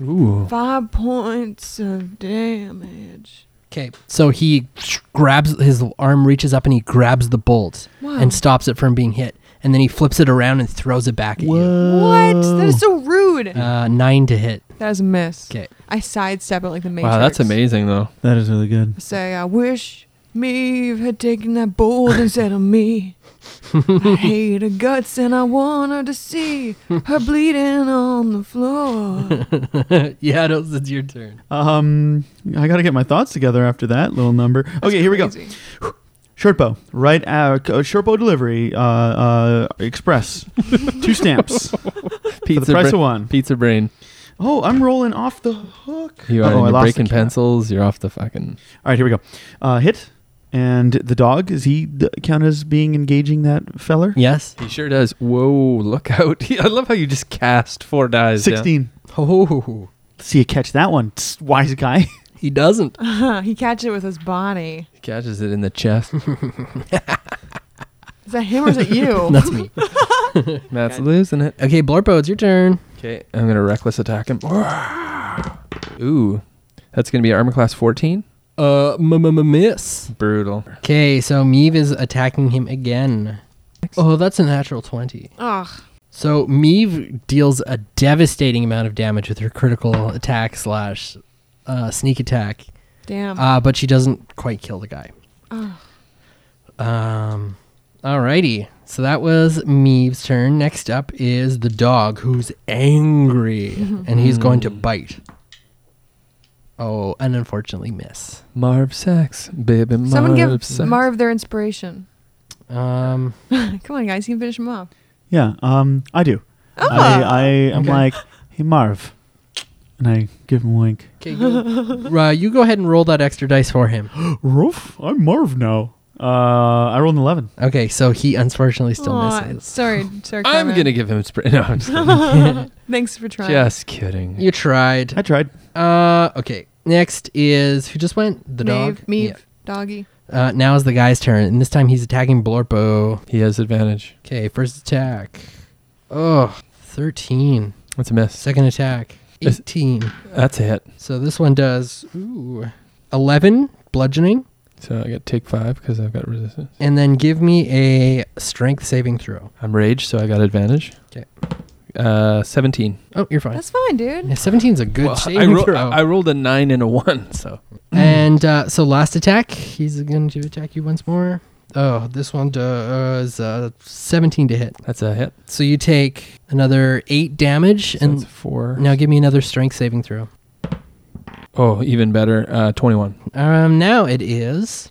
B: Ooh.
D: Five points of damage.
E: Okay, so he grabs his arm, reaches up, and he grabs the bolt
D: Wow.
E: and stops it from being hit, and then he flips it around and throws it back at
D: what? That is so rude.
E: you. Uh, nine to hit.
D: that is a miss.
E: Okay,
D: I sidestep it like the Matrix.
B: Wow, that's amazing though.
C: That is really good.
D: I say, I wish Meve had taken that bold instead of me. I hate her guts and I want her to see her bleeding on the floor.
E: yeah, it's, it's your turn.
C: Um, I got to get my thoughts together after that little number. okay, here we go.
D: Crazy.
C: Shortbow, right? Uh, c- uh, Shortbow delivery, uh, uh, express, two stamps for the
B: Pizza
C: price
B: bra-
C: of one.
B: Pizza brain.
C: Oh, I'm rolling off the hook.
B: You are
C: Uh-oh, Oh, I
B: into
C: lost the
B: breaking
C: count.
B: pencils. You're off the fucking.
C: All right, here we go. Uh, hit, and the dog is he d- count as being engaging that feller?
E: Yes.
B: He sure does. Whoa, look out. I love how you just cast four dice. down.
C: Sixteen.
E: Oh,
C: See you catch that one, tss, wise guy.
E: he doesn't.
D: Uh-huh. he catches it with his body.
B: He catches it in the chest.
D: Is that him or is it you?
E: That's me.
B: Matt's losing it.
E: Okay, Blorpo, it's your turn.
B: Okay, I'm gonna reckless attack him. Ooh, that's gonna be armor class 14.
E: Uh, miss.
B: Brutal.
E: Okay, so Meeve is attacking him again. Oh, that's a natural twenty.
D: Ugh.
E: So Meeve deals a devastating amount of damage with her critical attack slash uh, sneak attack,
D: Damn.
E: uh, but she doesn't quite kill the guy.
D: Um. Ugh.
E: Um, alrighty. So that was Meeve's turn. Next up is the dog who's angry and he's going to bite. Oh, and unfortunately miss.
B: Marv Sacks, baby. Marv
D: Someone give
B: Sacks.
D: Marv their inspiration.
E: Um,
D: Come on, guys, you can finish him off.
C: yeah, um, I do.
B: Oh,
C: I, I am
E: Okay.
C: like, hey Marv, and I give him a wink.
E: okay, you, uh, you go ahead and roll that extra dice for him.
C: Roof, I'm Marv now. Uh, I rolled an eleven.
E: Okay, so he unfortunately still
D: Aw,
E: misses.
D: Sorry, sorry.
B: I'm
D: Carmen.
B: gonna give him spray. No, I'm just kidding.
D: Thanks for trying.
B: just kidding.
E: You tried.
C: I tried.
E: Uh, okay. Next is who just went? The
D: Maeve,
E: dog.
D: Meeve,
E: Yeah.
D: doggy.
E: Uh, now is the guy's turn, and this time he's attacking Blorpo.
B: He has advantage.
E: Okay, first attack. Oh, 13.
B: That's a miss.
E: Second attack.
B: Is-
E: 18.
B: That's a hit.
E: So this one does ooh, 11 bludgeoning,
B: So I got take five because I've got resistance.
E: and then give me a strength saving throw.
B: I'm rage, so I got advantage.
E: 'Kay.
B: Uh, 17.
E: Oh, you're fine.
D: That's fine, dude.
E: Yeah, 17 is a good
B: Well,
E: saving
B: I, roll-
E: throw.
B: I rolled a 9 and a 1, so.
E: and uh, so last attack, he's going to attack you once more. Oh, this one does uh, 17 to hit.
B: That's a hit.
E: So you take another 8 damage,
B: So
E: and
B: that's 4.
E: now give me another strength saving throw.
B: Oh, even better. Uh, 21.
E: Um, now it is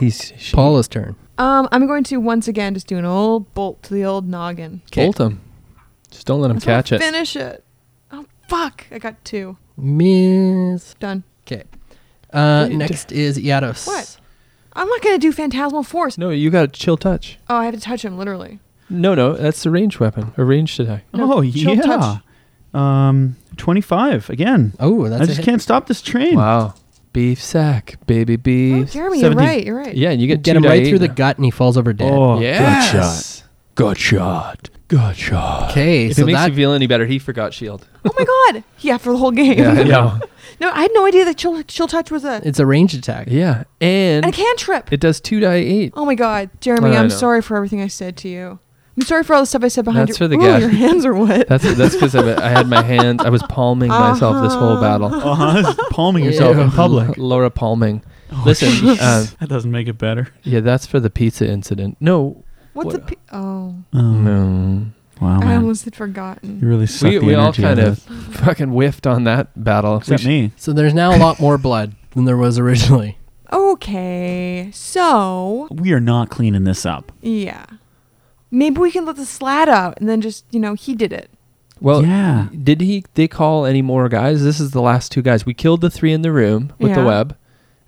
B: He's she,
E: Paula's turn.
D: Um, I'm going to once again just do an old bolt to the old noggin.
B: Bolt him. Just don't let him
D: That's how I
B: catch it.
D: Finish it. Oh fuck! I got two.
E: Miss.
D: Done.
E: Okay. Uh,
B: What you
E: next is Yados.
D: What? I'm not gonna do phantasmal force.
B: No, you got a chill touch.
D: Oh, I have to touch him literally.
B: No, no, that's the range weapon. A ranged attack.
D: No,
C: oh
D: chill
C: yeah.
D: touch.
C: Um, twenty-five again.
E: Oh, that's
C: I
E: a
C: just
E: hit.
C: can't stop this train.
B: Wow. Beef sack, baby
D: Oh,
B: beef.
D: Jeremy,
C: Seventeen.
D: you're right. You're right.
B: yeah, and you
E: You
B: get,
E: get
B: two
E: him
B: die
E: right
B: eight
E: through the
B: now.
E: gut and he falls over dead.
C: Oh,
B: Yes. Good shot. Good shot.
E: Okay,
B: If
E: so
B: it makes
E: that
B: you feel any better, he forgot shield.
D: Oh my god. Yeah, for the whole game.
B: Yeah, I know.
C: Yeah.
D: no, I had no idea that chill, chill touch was a
E: it's a ranged attack.
B: yeah.
D: and a
B: And
D: cantrip.
B: it does two die eight.
D: Oh my god, Jeremy,
B: I
D: I'm
B: know.
D: sorry for everything I said to you. I'm sorry for all the stuff I said behind
B: That's for
D: your.
B: the
D: Ooh,
B: gas-
D: your hands are wet.
B: That's that's because I had my hands. I was palming myself this whole battle.
C: Uh-huh. Palming yourself in
B: Ew.
C: public.
B: Laura palming. Listen, uh,
C: that doesn't make it better.
B: yeah, that's for the pizza incident. No,
D: What's
B: What- Oh,
D: a pe- oh?
C: Mm.
B: no. Um,
C: Wow,
D: I
C: man.
D: almost had
C: You
D: forgotten.
C: really suck
B: We,
C: the
B: we all
C: energy
B: kind
C: out
B: of
C: this.
B: fucking whiffed on that battle. We
C: Except
B: should-
C: me.
E: So there's now a lot more blood than there was originally.
D: Okay, so
C: We are not cleaning this up.
D: yeah, maybe we can let the slat out and then just you know he did it.
B: Well,
C: yeah.
B: did he? They call any more guys? This is the last two guys. We killed the three in the room with the
D: Yeah.
B: web,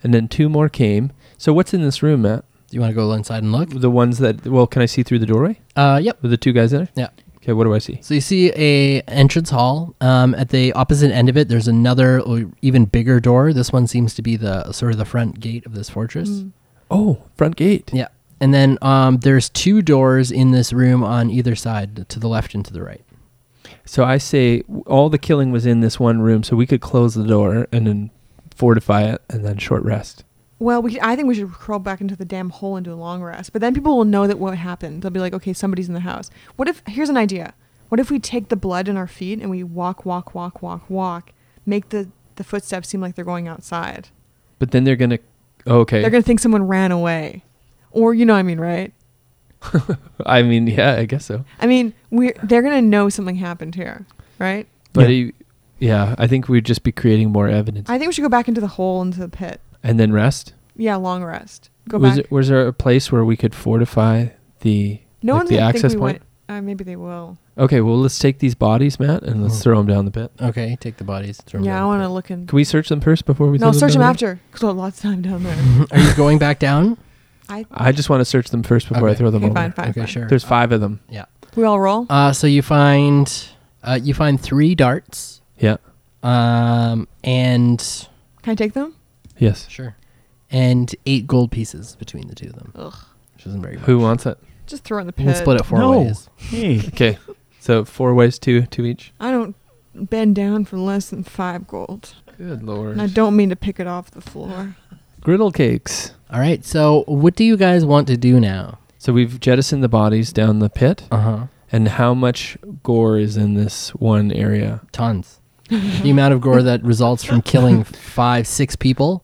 B: and then two more came. So what's in this room, Matt?
E: Do you want to go inside and look?
B: The ones that well, can I see through the doorway
E: Uh, yep.
B: with the two guys in there?
E: Yeah.
B: Okay, what do I see?
E: So you see a entrance hall. Um, at the opposite end of it, there's another or even bigger door. This one seems to be the sort of the front gate of this fortress.
D: Mm.
B: Oh, front gate.
E: Yeah. And then um, there's two doors in this room on either side, to the left and to the right.
B: So I say w- all the killing was in this one room, so we could close the door and then fortify it and then short rest.
D: Well, we I think we should crawl back into the damn hole and do a long rest. But then people will know that what happened. They'll be like, okay, somebody's in the house. What if? Here's an idea. What if we take the blood in our feet and we walk, walk, walk, walk, walk, make the the footsteps seem like they're going outside.
B: But then they're gonna. Okay.
D: They're gonna think someone ran away, or you know what I mean, right?
B: I mean, yeah, I guess so.
D: I mean, we they're gonna know something happened here, right?
B: But yeah, yeah I think we'd just be creating more evidence
D: I think we should go back into the hole into the pit.
B: and then rest.
D: Yeah, long rest. Go
B: was
D: back.
B: There, was there a place where we could fortify the
D: no
B: like
D: one's
B: the
D: gonna
B: access
D: think we
B: point?
D: went. Uh, maybe they will.
B: Okay, well let's take these bodies, Matt, and let's
E: Mhm.
B: throw them down the pit.
E: Okay, take the bodies. Throw 'em
D: yeah, I
E: down.
D: want to look and.
B: Can we search them first before we?
D: No,
B: throw
D: search them
B: down the
D: after. Cause there's lots of time down there.
E: Are you going back down?
D: I.
B: pit? I just want to search them first before I
E: Okay.
B: throw them
D: Okay,
B: over.
D: fine, fine,
E: okay,
D: fine.
E: sure.
B: There's five of them.
D: We all roll.
E: Uh, so you find uh, you find three darts.
B: Yeah.
E: Um, and
D: Can I take them?
B: Yes.
E: sure, and eight gold pieces between the two of them.
D: Ugh.
E: Which isn't very much.
B: Who wants it?
D: Just throw it in the
E: You
D: pit.
E: can split it four
C: No.
E: ways.
C: Hey.
B: Okay, so four ways, two, two each.
D: I don't bend down for less than five gold,
B: Good lord.
D: and I don't mean to pick it off the floor.
B: Griddle cakes.
E: All right. So what do you guys want to do now?
B: So we've jettisoned the bodies down the pit,
E: Uh huh.
B: and how much gore is in this one area?
E: Tons. the amount of gore that results from killing five, six people.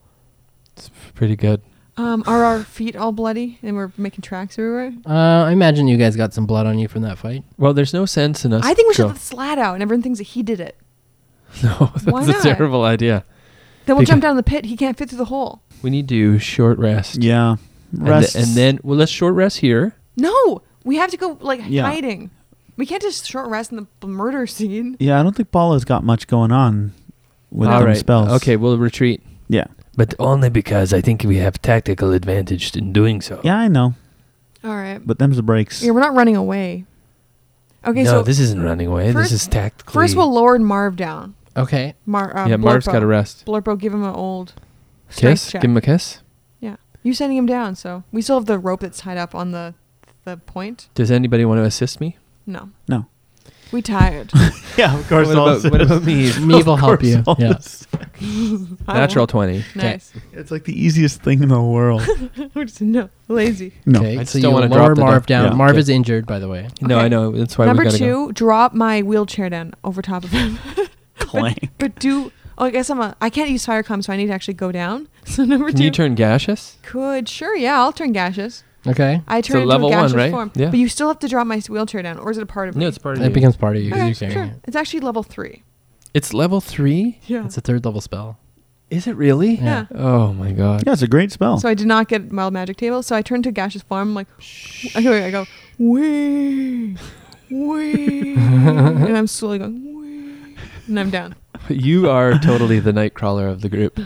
B: Pretty good.
D: Um, are our feet all bloody and we're making tracks everywhere?
E: Uh, I imagine you guys got some blood on you from that fight.
B: Well, there's no sense in us.
D: I think we should let
B: go-
D: the slat out, and everyone thinks that he did it.
B: No, that's
D: Why
B: a
D: not?
B: terrible idea.
D: Then we'll
B: Because-
D: jump down the pit. He can't fit through the hole.
B: We need to short rest.
C: Yeah.
B: And,
C: Rest.
B: th- and then, well, let's short rest here.
D: No, we have to go like
C: Yeah.
D: hiding. We can't just short rest in the b- murder scene.
C: Yeah, I don't think Paula's got much going on with
B: All
C: them
B: right.
C: spells.
B: Okay, we'll retreat.
C: Yeah.
B: But only because I think we have tactical advantage in doing so.
C: Yeah, I know.
D: All right.
C: But them's the breaks.
D: Yeah, we're not running away. Okay, so
B: isn't running away.
D: This first-
B: is tactical.
D: first we'll lower Marv down.
E: Okay.
D: Mar- uh,
B: yeah, Marv's got to rest.
D: Blurpo, give him an old strength
B: Kiss.
D: check.
B: Give him a kiss.
D: You're sending him down, so we still have the rope that's tied up on the the point.
B: Does anybody want to assist me?
D: No. We tired.
C: yeah, of course.
B: What
C: all
B: about,
C: this
B: what
C: is-
B: about me?
E: Meave will
C: of
E: help
C: course,
E: you.
C: all
E: Yeah.
C: this-
D: I
B: Natural
D: won't.
B: 20.
D: Nice.
C: It's like the easiest thing in the world.
D: We're just- no, lazy.
C: No,
E: Okay,
B: I
E: so
B: still
E: you
B: wanna
E: lower
B: drop the
E: Marv
B: duck.
E: down.
C: Yeah.
E: Marv
B: Okay.
E: is injured, by the way.
B: No,
D: Okay.
B: I know. That's why
D: Number
B: we got to go.
D: two, drop my wheelchair down over top of him.
C: clank.
D: but do. Oh, I guess I'm a. I can't use fire comm, so I need to actually go down. So number
B: Can
D: two
B: you turn gaseous?
D: could sure, yeah, I'll turn gaseous.
E: Okay.
D: I turn
B: So
D: into
B: level
D: a
B: one,
D: gaseous
B: right?
D: form.
B: Yeah.
D: But you still have to drop my wheelchair down, or is it a part of me?
B: No, it's part of
E: It becomes part of you. 'cause
D: Okay,
E: you carry
D: sure.
E: it.
D: It's actually level three.
B: It's level three.
D: Yeah.
E: It's a third level spell.
B: Is it really?
D: Yeah.
B: Oh my god.
C: Yeah, it's a great
B: Oh.
C: spell.
D: So I did not get mild magic table. So I turned to gaseous form. I'm like, okay, I go, wee, wee, and I'm slowly going, wee, and I'm down.
B: You are totally the nightcrawler of the group.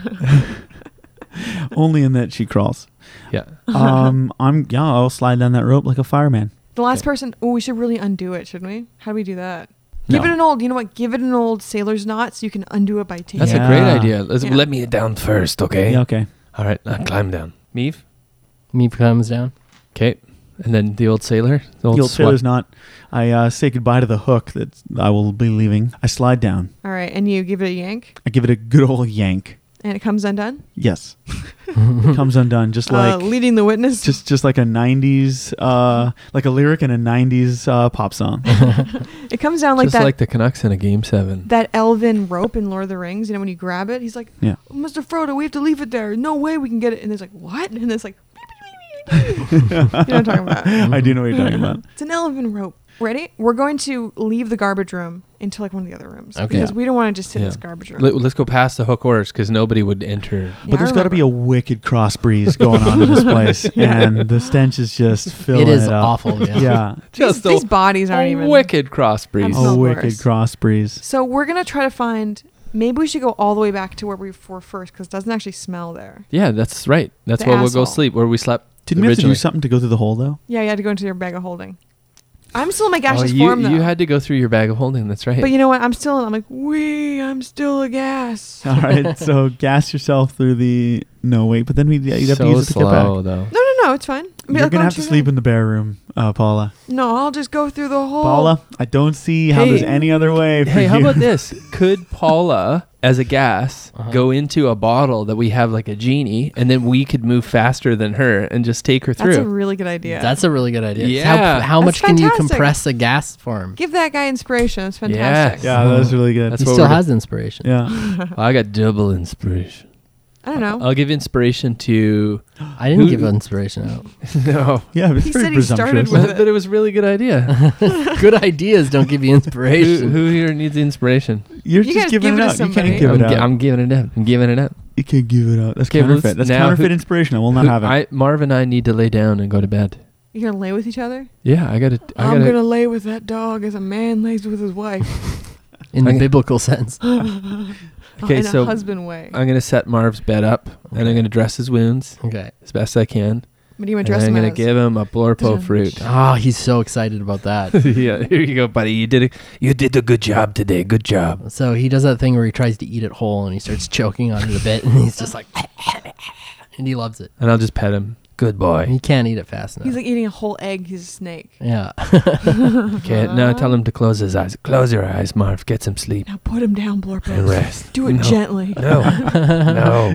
C: Only in that she crawls.
B: Yeah.
C: Um, I'm yeah. I'll slide down that rope like a fireman.
D: The last
B: Okay.
D: person. Oh, we should really undo it, shouldn't we? How do we do that? Give
C: No.
D: it an old. You know what? Give it an old sailor's knot, so you can undo it by taking.
B: That's
D: it.
B: a great
C: Yeah.
B: idea. Let's,
D: Yeah.
B: Let me down first, okay?
C: Yeah, okay.
B: All right, now climb down. Meave.
E: Meep comes down.
B: Okay. And then the old sailor. The old,
C: The old
B: swat-
C: sailor's not. I uh, say goodbye to the hook that I will be leaving. I slide down.
D: All right, and you give it a yank,
C: I give it a good old yank.
D: and it comes undone.
C: Yes, It comes undone just like
D: uh, leading the witness.
C: just just like a '90s uh, like a lyric in a '90s uh, pop song.
D: it comes down like
B: just
D: that.
B: like the Canucks in a game seven.
D: that elven rope in Lord of the Rings, you know, when you grab it, he's like,
C: Yeah.
D: Mr. Frodo, we have to leave it there. No way we can get it. And there's like, what? And it's like, you know what I'm talking about.
C: I do know what you're talking about.
D: It's an elven rope. Ready? We're going to leave the garbage room into like one of the other rooms.
E: Okay.
D: Because we don't want to just sit in
B: Yeah.
D: this garbage room.
B: Let, us go past the hook orders because nobody would enter.
D: Yeah, I
C: But there's got to be a
D: remember.
C: wicked cross breeze going on in this place, and the stench is just filling it,
E: it is
C: up.
E: awful. Yeah.
C: Yeah,
D: These,
B: Just
D: these
B: a,
D: bodies aren't
B: a
D: even.
B: wicked cross breeze.
D: Smells
C: a wicked
D: worse.
C: cross breeze.
D: So we're going to try to find. Maybe we should go all the way back to where we were first because it doesn't actually smell there.
B: Yeah, that's right. That's
D: The
B: where we'll
D: asshole.
B: go sleep, where we slept.
C: Didn't we have to do
B: originally.
C: something to go through the hole though?
D: Yeah, you had to go into your bag of holding. I'm still in my
B: Oh,
D: gaseous
B: you,
D: form though.
B: you had to go through your bag of holding. That's right.
D: But you know what? I'm still. I'm like, we. I'm still a gas. No,
C: All right, so gas yourself through the no wait, but then we yeah, you'd have to use it to get back.
B: slow, though.
D: no, no. It's fine. "Oh, I mean,
C: You're
D: I'll go
C: gonna have to
D: into-
C: sleep in the bare room, uh, Paula.
D: No, I'll just go through the whole.
C: Paula, I don't see how
B: Hey.
C: there's any other way. For
B: Hey, how
C: you.
B: about this? Could Paula, as a gas,
C: Uh-huh.
B: go into a bottle that we have like a genie, and then we could move faster than her and just take her
D: That's a
B: through?
D: really good idea.
E: That's a really good idea. It's
B: Yeah.
E: How, how
D: That's
E: much can you
D: fantastic.
E: compress a gas form?
D: Give that guy inspiration. It's fantastic.
B: Yes.
C: Yeah, that was really good.
B: That's
E: He
B: what
E: still
B: we're-
E: has inspiration.
C: yeah,
B: I got double inspiration.
D: I don't know.
B: I'll give inspiration to.
E: I didn't
B: Who-
E: give inspiration out.
B: no,
C: yeah. It's
D: He
C: pretty
D: said he started
C: presumptuous.
D: with-
B: but it was a really good idea.
E: good ideas don't give you
B: who,
E: inspiration.
B: who here needs inspiration?
C: You're
D: You
C: just
D: guys
C: giving
D: give
C: it
D: it to
C: up. You
D: somebody.
C: can't give
B: I'm,
C: it
B: gi-
C: up.
B: I'm giving it up. I'm giving it up.
C: You can't give it up. That's
B: Okay, well,
C: counterfeit. That's
B: now who-
C: counterfeit inspiration. I will not
B: Who-
C: have it.
B: I, Marv and I need to lay down and go to bed.
D: You're gonna lay with each other.
B: Yeah, I gotta. I
D: I'm
B: gotta.
D: gonna lay with that dog as a man lays with his wife.
E: in the
B: Okay.
E: biblical sense.
B: Okay,
D: in
B: so-
D: a husband way.
B: I'm gonna set Marv's bed up, and I'm gonna dress his wounds
E: Okay.
B: as best I can.
D: What do you
B: And
D: want to dress
B: I'm
D: him
B: gonna
D: as?
B: give him a blorpo fruit.
E: Oh, he's so excited about that.
B: yeah, here you go, buddy. You did a, you did a good job today. Good job.
E: so he does that thing where he tries to eat it whole and he starts choking on it a bit and he's just like, and he loves it.
B: And I'll just pet him. Good boy.
E: He can't eat it fast enough.
D: He's like eating a whole egg. He's a snake.
E: yeah.
B: Okay, now tell him to close his eyes. Close your eyes, Marv. Get some sleep
D: Now put him down,
B: and
D: Blorpo.
B: rest.
D: Do it
B: No.
D: gently.
B: No, no.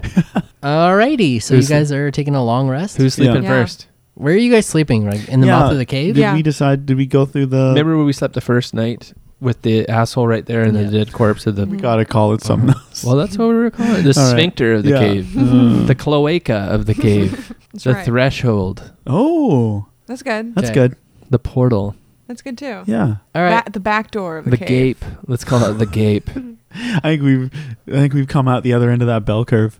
E: Alrighty. So
B: Who's
E: you guys are taking a long rest.
B: Who's
C: Yeah.
B: sleeping
D: Yeah.
B: first?
E: Where are you guys sleeping? Like in the
C: Yeah.
E: mouth of the cave?
C: Did
D: Yeah.
C: we decide? Did we go through the?
B: Remember when we slept the first night with the asshole right there and
E: Yeah.
B: the dead corpse of the.
D: Mm-hmm.
C: we gotta call it something else.
B: Well, that's what we were calling it. The
C: All right.
B: sphincter of the
C: Yeah.
B: cave,
C: Mm.
B: the cloaca of the cave,
D: That's
B: the
D: right.
B: threshold,
C: oh,
D: That's good.
C: that's
E: Okay.
C: good.
B: the portal,
D: That's good too.
C: Yeah.
E: All right.
D: Ba- the back door of the,
B: the
D: cave.
B: gape. Let's call it the gape.
C: I think we've I think we've come out the other end of that bell curve.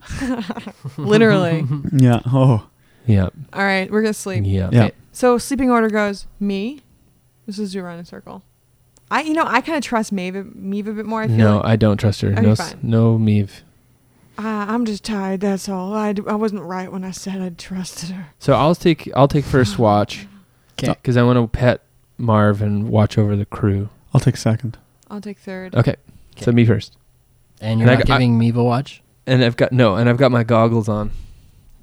D: Literally.
B: Hmm.
C: Yeah. Oh.
B: Yeah.
D: All right, we're gonna sleep.
B: Yeah.
C: Yeah.
D: So sleeping order goes me. This is you run in a circle. I you know I kind of trust Maeve, Maeve a bit more. I feel
B: no,
D: like.
B: I don't trust her.
D: Okay,
B: no, s-
D: fine.
B: no, Meave.
D: Uh, I'm just tired. That's all. I, d- I wasn't right when I said I trusted her.
B: So I'll take I'll take first watch.
E: 'Kay.
B: Because I want to pet Marv and watch over the crew.
C: I'll take second.
D: I'll take third.
B: Okay. So
E: 'Kay.
B: me first.
E: And you're
B: And I
E: not
B: g- I-
E: giving Meeva watch?
B: And I've got no, and I've got my goggles on.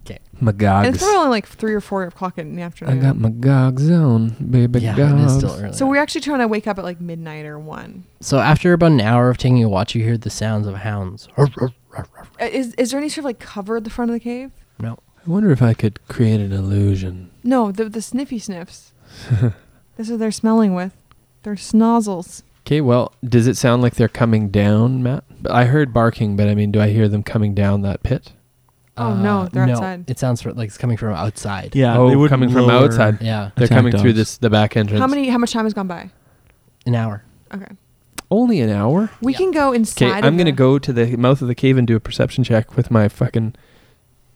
E: 'Kay.
D: And it's
B: Magogs.
D: probably only like three or four o'clock in the
B: I
D: afternoon.
B: got Magogs on, baby
E: yeah, it is
B: gogs.
E: still early.
D: so we're actually trying to wake up at like midnight or one.
E: So after about an hour of taking a watch, you hear the sounds of hounds.
D: Uh, Is is there any sort of like cover at the front of the cave?
E: No.
B: I wonder if I could create an illusion.
D: No, the the sniffy sniffs. this is what they're smelling with. They're snozzles.
B: Okay, well, does it sound like they're coming down, Matt? But I heard barking, but I mean, do I hear them coming down that pit? Uh,
D: Oh, no, they're
E: Uh, no.
D: outside.
E: It sounds fr- like it's coming from outside.
C: Yeah,
B: oh,
C: they would
B: coming from
C: lower-
B: outside.
E: Yeah.
B: They're
C: Attack
B: coming through
C: dogs.
B: this the back entrance.
D: How many? How much time has gone by?
E: An hour.
D: Okay,
B: Only an hour.
D: we
E: Yeah.
D: can go inside.
B: Okay,
D: of
B: I'm gonna
D: the-
B: go to the mouth of the cave and do a perception check with my fucking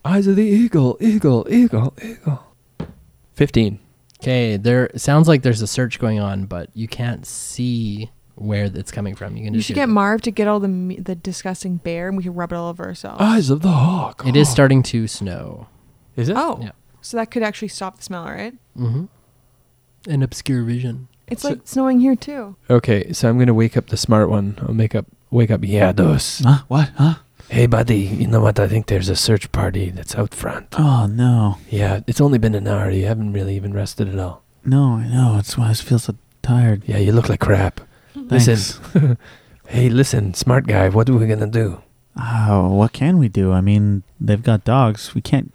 B: eyes of the eagle, eagle, eagle, eagle. Fifteen.
E: Okay, there it sounds like there's a search going on, but you can't see where it's coming from. You can
D: You
E: just
D: should
E: hear
D: get Marv to get all the me- the disgusting bear, and we can rub it all over ourselves.
B: Eyes of the hawk.
E: the- It is
B: hawk.
E: starting to snow.
B: Is it?
D: oh,
E: Yeah.
D: so that could actually stop the smell, right?
E: Mm-hmm. An obscure vision.
D: It's
B: So-
D: like snowing here too.
B: Okay, so I'm gonna wake up the smart one. I'll make up. Wake up, Yados.
C: Huh? What? Huh?
B: Hey, buddy. You know what? I think there's a search party that's out front.
C: Oh no,
B: Yeah, it's only been an hour. You haven't really even rested at all.
C: no, I know. It's why I feel so tired.
B: Yeah, you look like crap.
C: Thanks.
B: Listen. Hey, listen, smart guy. What are we gonna do?
C: Oh, what can we do? I mean, they've got dogs. We can't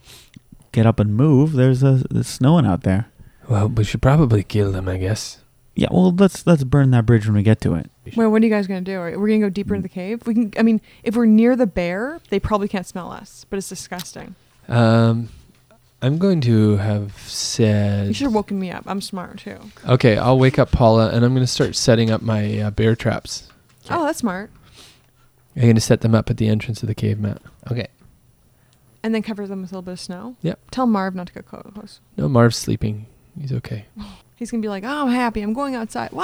C: get up and move. There's a it's snowing out there.
B: Well, we should probably kill them, I guess.
C: Yeah, well, let's let's burn that bridge when we get to it.
D: Wait, what are you guys gonna do? Are- We're gonna go deeper into the
B: Mm-hmm.
D: cave. We can. I mean, if we're near the bear, they probably can't smell us, but it's disgusting.
B: Um, I'm going to have said.
D: You should have woken me up. I'm smart too.
B: Okay, I'll wake up Paula, and I'm going to start setting up my uh, bear traps.
D: Oh, that's smart.
B: I'm going to set them up at the entrance of the cave, Matt.
E: Okay.
D: And then cover them with a little bit of snow.
B: Yep.
D: Tell Marv not to get close.
B: No, Marv's sleeping. He's okay.
D: He's gonna be like, "Oh, I'm happy. I'm going outside."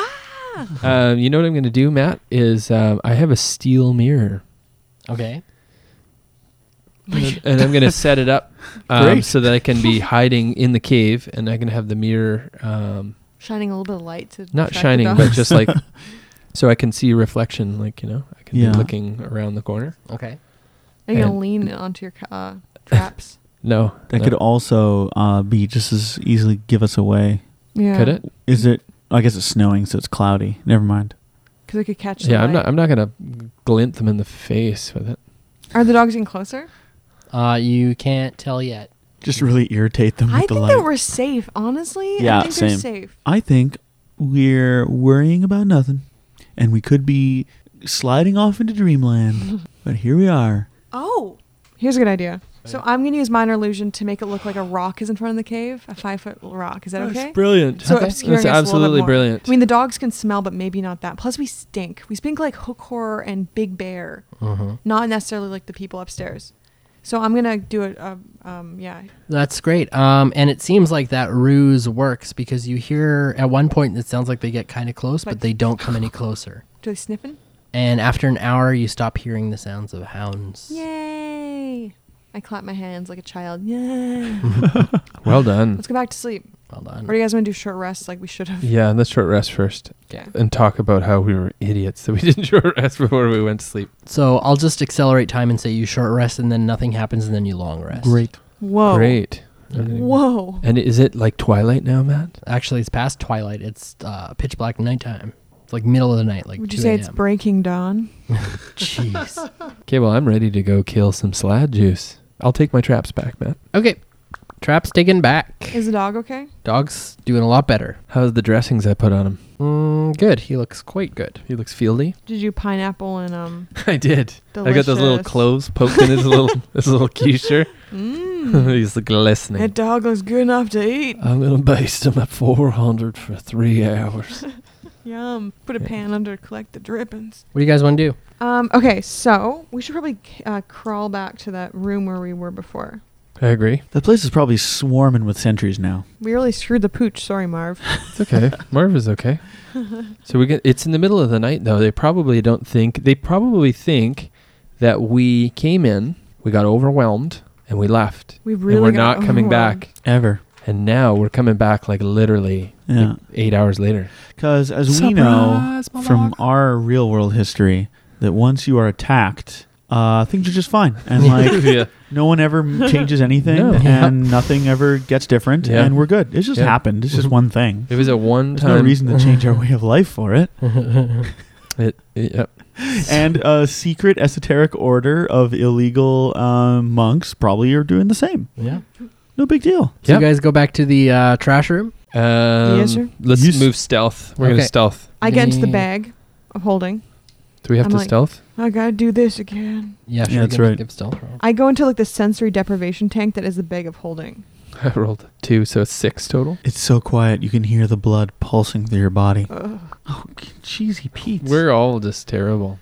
D: Wow.
B: Um, you know what I'm going to do, Matt? Is um, I have a steel mirror,
E: Okay.
B: and, and I'm going to set it up um,
C: Great.
B: so that I can be hiding in the cave, and I can have the mirror um,
D: Shining a little bit of light to
B: not
D: attract the
B: shining,
D: dogs.
B: but just like so I can see reflection. Like you know, I can
C: Yeah.
B: be looking around the corner.
E: Okay.
D: Are you gonna
B: and-
D: lean onto your ca- uh, traps?
B: No,
C: That
B: no.
C: could also uh, be just as easily give us away.
D: yeah.
B: could it?
C: Is it? I guess it's snowing, so it's cloudy. Never mind.
D: Because it could catch. the
B: Yeah, I'm not.
D: light.
B: I'm not gonna glint them in the face with it.
D: Are the dogs getting closer?
E: Uh, you can't tell yet.
C: Just really irritate them with
D: I
C: the
D: think
C: light.
D: that we're safe. Honestly, I
C: Yeah,
D: think they're
C: same.
D: safe.
C: I think we're worrying about nothing, and we could be sliding off into dreamland. but here we are.
D: Oh, here's a good idea. So I'm gonna use minor illusion to make it look like a rock is in front of the cave, a five foot rock. Is that okay?
B: brilliant.
D: So
E: Okay.
D: obscuring
B: That's
D: us a little bit
B: absolutely
D: more.
B: brilliant.
D: I mean, the dogs can smell, but maybe not that. Plus, we stink. We stink like hook horror and big bear,
E: Mm-hmm.
D: not necessarily like the people upstairs. So I'm gonna do it. Uh, um, yeah,
E: That's great. Um, and it seems like that ruse works because you hear at one point it sounds like they get kind of close, but
D: Like-
E: they don't come any closer.
D: do they sniffing?
E: And after an hour, you stop hearing the sounds of hounds.
D: Yay! I clap my hands like a child. Yay!
B: well done.
D: Let's go back to sleep.
E: Well
D: Or do
E: done.
D: you guys want to do short rests like we should have?
B: Yeah, let's short rest first
D: Okay.
B: and talk about how we were idiots that we didn't short rest before we went to sleep.
E: So I'll just accelerate time and say you short rest, and then nothing happens, and then you long rest. Oh.
D: Whoa.
B: Great.
D: Whoa.
B: And is it like twilight now, Matt?
E: Actually, it's past twilight. It's uh, pitch black nighttime. It's like middle of the night, like
D: Would
E: 2
D: you say
E: a.m.
D: it's breaking dawn?
E: Jeez.
B: Okay, well I'm ready to go kill some slad juice. I'll take my traps back, Matt.
E: okay. Traps taken back.
D: Is the dog okay?
E: Dog's doing a lot better.
B: How's the dressings I put on him?
E: Mm, good. He looks quite good.
B: He looks fieldy.
D: Did you pineapple and um?
B: I did. I got those little
D: delicious-
B: cloves poked in his little his little quiche.
E: Hmm.
D: Mm.
B: He's glistening.
D: that dog looks good enough to eat.
B: I'm gonna baste them at 400 for three hours.
D: Yum. Put a
B: Yeah.
D: pan under, collect the drippings.
E: What do you guys want to do?
D: Um, okay, so we should probably uh, crawl back to that room where we were before.
B: I agree.
C: That place is probably swarming with sentries now.
D: We really screwed the pooch. Sorry, Marv.
B: It's okay. Marv is okay. So we get. It's in the middle of the night though. They probably don't think. They probably think that we came in, we got overwhelmed, and we left,
D: We really.
B: and we're
D: got
B: not coming
D: overwhelmed.
B: back.
C: Ever.
B: And now we're coming back like literally
C: Yeah.
B: like, eight hours later.
C: Because as we know
B: Surprise,
C: from
B: Malak.
C: our real world history, that once you are attacked, uh, things are just fine, and like
B: yeah.
C: no one ever m- changes anything,
B: No.
E: Yeah.
C: and nothing ever gets different,
B: Yeah.
C: and we're good. It's just
B: Yeah. Mm-hmm.
C: happened. It's just one thing.
B: It was a one
C: There's
B: time
C: no reason to change our way of life for it.
B: It, yep.
C: And a secret esoteric order of illegal um, monks probably are doing the same.
E: Yeah.
C: No big deal.
E: So
B: Yep.
E: you guys go back to the uh, trash room.
B: Um,
D: Yes, sir.
B: Let's
C: You s-
B: move stealth. We're
E: Okay.
B: gonna stealth.
D: I get into the
E: Yeah.
D: bag of holding.
B: Do we have
D: I'm
B: to
D: like-
B: stealth?
D: I gotta do this again.
E: Yeah, sure.
C: Yeah,
E: you
C: that's
E: can
C: right.
E: Give stealth roll.
D: I go into like the sensory deprivation tank that is the bag of holding.
B: I rolled a two, so it's six total.
C: It's so quiet you can hear the blood pulsing through your body.
D: Ugh.
C: Oh, cheesy Pete.
B: We're all just terrible.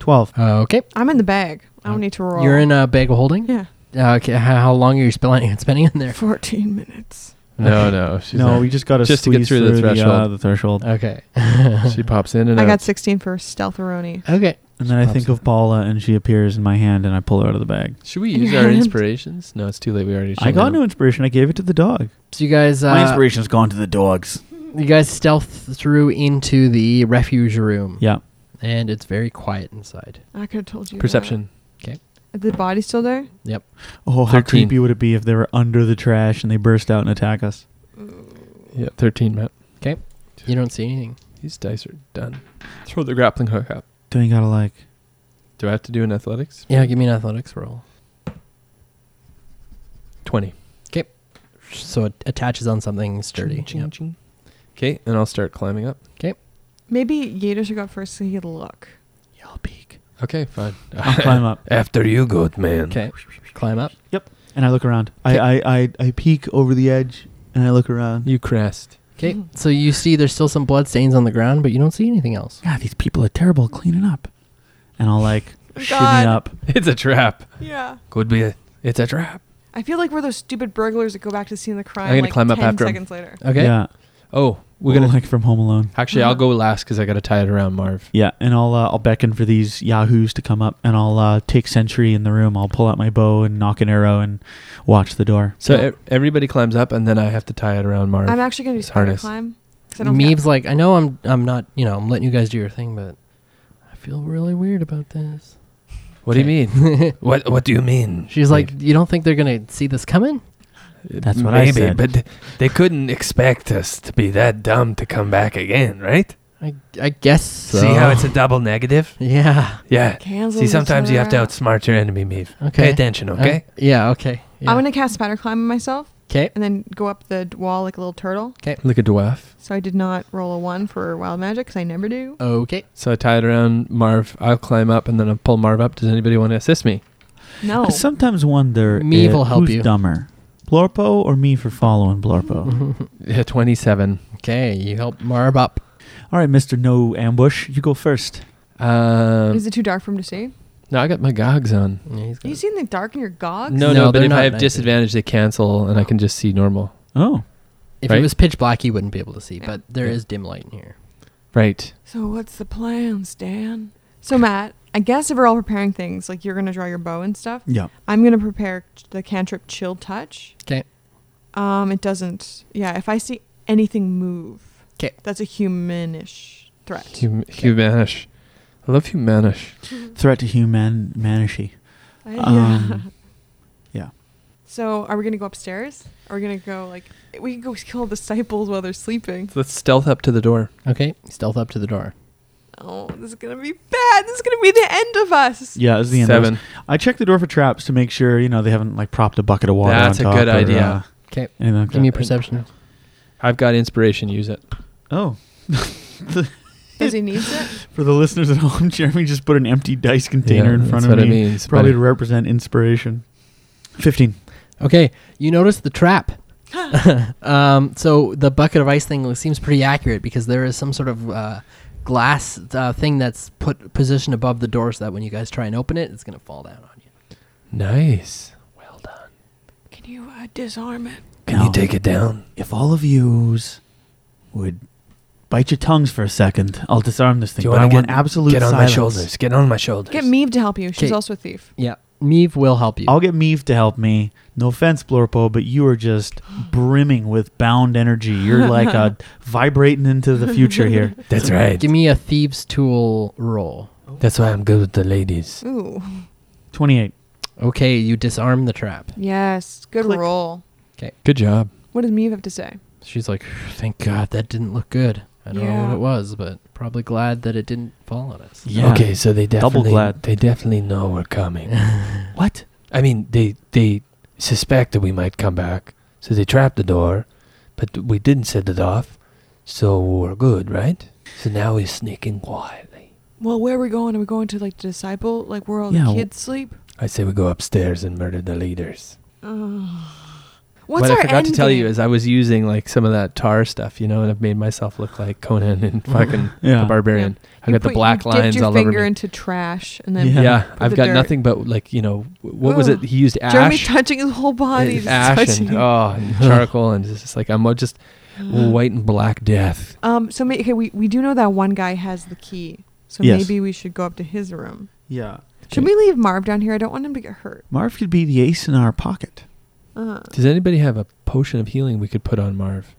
C: twelve.
E: Uh, okay.
D: I'm in the bag. I
B: Uh,
D: don't need to roll.
E: You're in a bag of holding.
D: Yeah.
E: Uh, okay. How, how long are you spelling, spending in there?
D: 14 minutes.
B: No, no, she's
C: no,
B: not.
C: we just got to
B: Just to get
C: squeeze
B: through the
C: The, uh,
B: threshold.
C: the threshold.
E: Okay.
B: she pops in and
D: I
B: out.
D: got 16 for stealtheroni.
E: Okay.
C: And then I
E: Pops
C: think
E: in.
C: of Paula, and she appears in my hand, and I pull her out of the bag.
B: Should we
D: in
B: use
D: your
B: our
D: hand.
B: inspirations? No, it's too late. We already.
C: I
B: showed
C: got
B: them.
C: no inspiration. I gave it to the dog.
E: So you guys, uh,
C: inspiration's gone to the dogs.
E: you guys stealth through into the refuge room,
C: Yeah.
E: and it's very quiet inside.
D: I could have told you.
B: perception.
D: That. Is the body still there?
C: Oh, how
B: 13.
C: creepy would it be if they were under the trash and they burst out and attack us?
B: Yeah, thirteen, Matt.
E: You don't see anything.
B: These dice are done. Throw the grappling hook up.
C: Do you gotta like?
B: Do I have to do an athletics?
E: Yeah, give me an athletics roll.
B: Twenty.
E: So it attaches on something sturdy. Yep.
B: Okay, and I'll start climbing up.
D: Maybe Yater should go up first so he could look.
C: Yell peek.
B: Okay, fine.
C: I'll climb up,
A: After you, good man.
E: Okay. Climb up.
C: and I look around. I, I I I peek over the edge, and I look around.
B: You crest.
E: Okay. So you see there's still some blood stains on the ground, but you don't see anything else.
C: God, these people are terrible at cleaning up. And I'll like shimmy
D: God.
C: up.
B: It's a trap.
D: Yeah.
B: Could be. A, it's a trap.
D: I feel like we're those stupid burglars that go back to the scene of the crime
B: I'm gonna
D: like
B: climb up
D: 10
B: after him.
D: seconds later.
E: Okay.
C: Yeah.
B: Oh, we're
C: We're
B: gonna.
C: gonna like from Home Alone.
B: Actually, I'll go last because I gotta tie it around Marv.
C: Yeah, and I'll uh, I'll beckon for these yahoos to come up, and I'll uh, take sentry in the room. I'll pull out my bow and knock an arrow and watch the door.
B: So
D: Yeah.
B: e- everybody climbs up, and then I have to tie it around Marv.
D: I'm actually going to do
B: It's
D: spider
B: harness.
D: climb. 'cause I don't
E: Meeb's
D: have-
E: like, I know I'm I'm not, you know, I'm letting you guys do your thing, but I feel really weird about this.
B: what do you mean?
E: mean?
A: What What do you mean?
E: She's like, you don't think they're gonna see this coming?
C: That's what I
A: Maybe,
C: said.
A: but they couldn't expect us to be that dumb to come back again, right?
E: I I guess so.
A: See how it's a double negative?
E: yeah.
A: Yeah.
D: Cancel
A: See,
D: this
A: sometimes you have to
D: around.
A: outsmart your enemy, Maeve. Pay
E: Okay.
B: Uh,
A: attention,
E: I'm-
A: okay?
E: yeah. Okay. Yeah.
D: I'm going to cast spider climb on myself
E: okay.
D: and then go up the d- wall like a little turtle.
B: Like a dwarf.
D: So I did not roll a one for wild magic because I never do.
E: Okay.
B: So I tie it around Marv. I'll climb up, and then I'll pull Marv up. Does anybody want to assist me?
D: No.
C: I sometimes wonder
E: Oh. Me
C: if-
E: will help
C: who's
E: you.
C: dumber, Blorpo or me for following Blorpo.
B: Yeah, twenty-seven.
E: okay. You help Marb up.
C: All right, Mister No Ambush, you go first.
B: Um,
D: Is it too dark for him to see?
B: no, I got my gogs on.
E: Yeah, he's
D: You
E: good.
D: see in the dark in your gogs?
B: No,
E: No,
B: no, but
E: they're
B: if I
E: not
B: have
E: nice.
B: disadvantage, they cancel, and I can just see normal.
C: Oh,
E: if
B: right?
E: it was pitch black, you wouldn't be able to see. But there is
B: Yeah.
E: dim light in here.
B: Right.
D: So what's the plan, Stan? So Matt, I guess if we're all preparing things, like you're gonna draw your bow and stuff,
C: yeah.
D: I'm gonna prepare the cantrip chill touch.
E: 'Kay.
D: Um, it doesn't. Yeah, if I see anything move,
E: 'Kay.
D: that's a humanish threat.
B: Hum- Humanish. I love humanish.
C: Threat to human manatee.
D: I- yeah.
C: Um,
D: So are we gonna go upstairs? Are we gonna go like we can go kill disciples while they're sleeping?
B: Let's stealth up to the door.
E: Okay. Stealth up to the door.
D: Oh, this is gonna be bad. This is gonna be the end of us.
C: yeah, this is the end. of
B: Seven.
C: us. I checked the door for traps to make sure you know they haven't like propped a bucket of water.
B: That's
C: on
B: a
C: top
B: good
C: or,
B: idea.
C: uh,
E: Okay.
C: anything like
E: Give me a
C: that.
E: perception.
B: I've got inspiration. Use it.
C: Oh.
D: Does he need it?
C: For the listeners at home, Jeremy just put an empty dice container
B: Yeah,
C: in
B: that's
C: front of
B: what
C: me.
B: it means. Probably.
C: Probably to represent inspiration. 15.
E: Okay, you notice the trap. um, so the bucket of ice thing seems pretty accurate because there is some sort of uh, glass uh, thing that's put positioned above the door so that when you guys try and open it, it's gonna fall down on you.
B: Nice.
E: Well done.
D: Can you uh, disarm it?
A: Can you take it down?
C: If all of yous would bite your tongues for a second, I'll disarm this thing.
A: Do you
C: but I
A: wanna
C: want
A: get-
C: absolute
A: Get on
C: silence.
A: my shoulders. Get on my shoulders.
D: Get Meeve to help you. She's
E: 'Kay.
D: also a thief.
E: Yeah, Meave will help you.
C: I'll get Meave to help me. No offense, Blorpo, but you are just brimming with bound energy. You're like uh, vibrating into the future here.
A: That's right.
E: Give me a thieves' tool roll.
A: That's why I'm good with the ladies.
D: Ooh.
C: 28.
E: Okay, you disarm the trap.
D: Yes. Good
C: Click.
D: roll.
B: Good job.
D: What does Meave have to say?
E: She's like, thank God that didn't look good. I don't know
D: Yeah.
E: what it was, but probably glad that it didn't fall on us.
C: Yeah.
B: Okay, so they
C: Double
B: definitely
C: glad.
B: they definitely know we're coming. what? I mean, they they suspect that we might come back, so they trapped the door, but we didn't set it off, so we're good, right? So now we're sneaking quietly.
D: Well, where are we going? Are we going to like the disciple, like where all
C: Yeah,
D: the
C: w-
D: kids sleep?
B: I say we go upstairs and murder the leaders.
D: Ugh. What's
B: what
D: our
B: I forgot to
D: end
B: tell
D: game?
B: you is I was using like some of that tar stuff, you know, and I've made myself look like Conan and fucking
C: Yeah.
B: the barbarian. I
D: You
B: got
D: put-
B: the black
D: you dipped
B: lines
D: your
B: all over
D: finger
B: me.
D: into trash, and then
C: Yeah.
B: yeah,
D: put
B: I've
D: the
B: got
D: dirt. Oh.
B: nothing but like you know wh- what was
D: Ugh.
B: it? He used ash.
D: Jeremy's touching his whole body.
B: and
D: just
B: ash
D: touching
B: and,
D: it.
B: oh, and charcoal and it's just like I'm just white and black death.
D: Um. So ma- okay, we we do know that one guy has the key. So
C: Yes.
D: maybe we should go up to his room.
C: Yeah.
D: Should we leave Marv down here? I don't want him to get hurt.
C: Marv could be the ace in our pocket.
D: Uh,
B: Does anybody have a potion of healing we could put on Marv?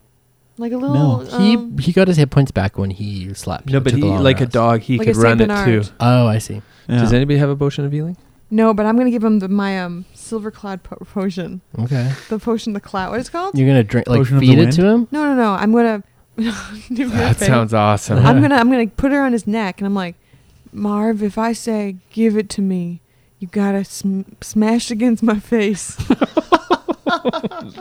D: like a little. um,
E: he he got his hit points back when he slapped.
B: No, but
E: to
B: he
E: the long
B: like a
E: rest.
B: dog, he
D: Like a
B: could
D: Saint
B: run it
D: Bernard.
B: too.
E: Oh, I see.
C: Yeah.
B: Does anybody have a potion of healing?
D: no, but I'm gonna give him the, my um silver cloud po- potion.
E: Okay,
D: The potion, the cloud. What is it called?
E: you're gonna drink like
C: Potion of the
E: feed it
C: wind?
E: to him.
D: No, no, no. I'm gonna. Do your
B: That
D: thing.
B: sounds awesome.
D: I'm gonna. I'm gonna put her on his neck, and I'm like, Marv, if I say give it to me, you gotta sm- smash against my face.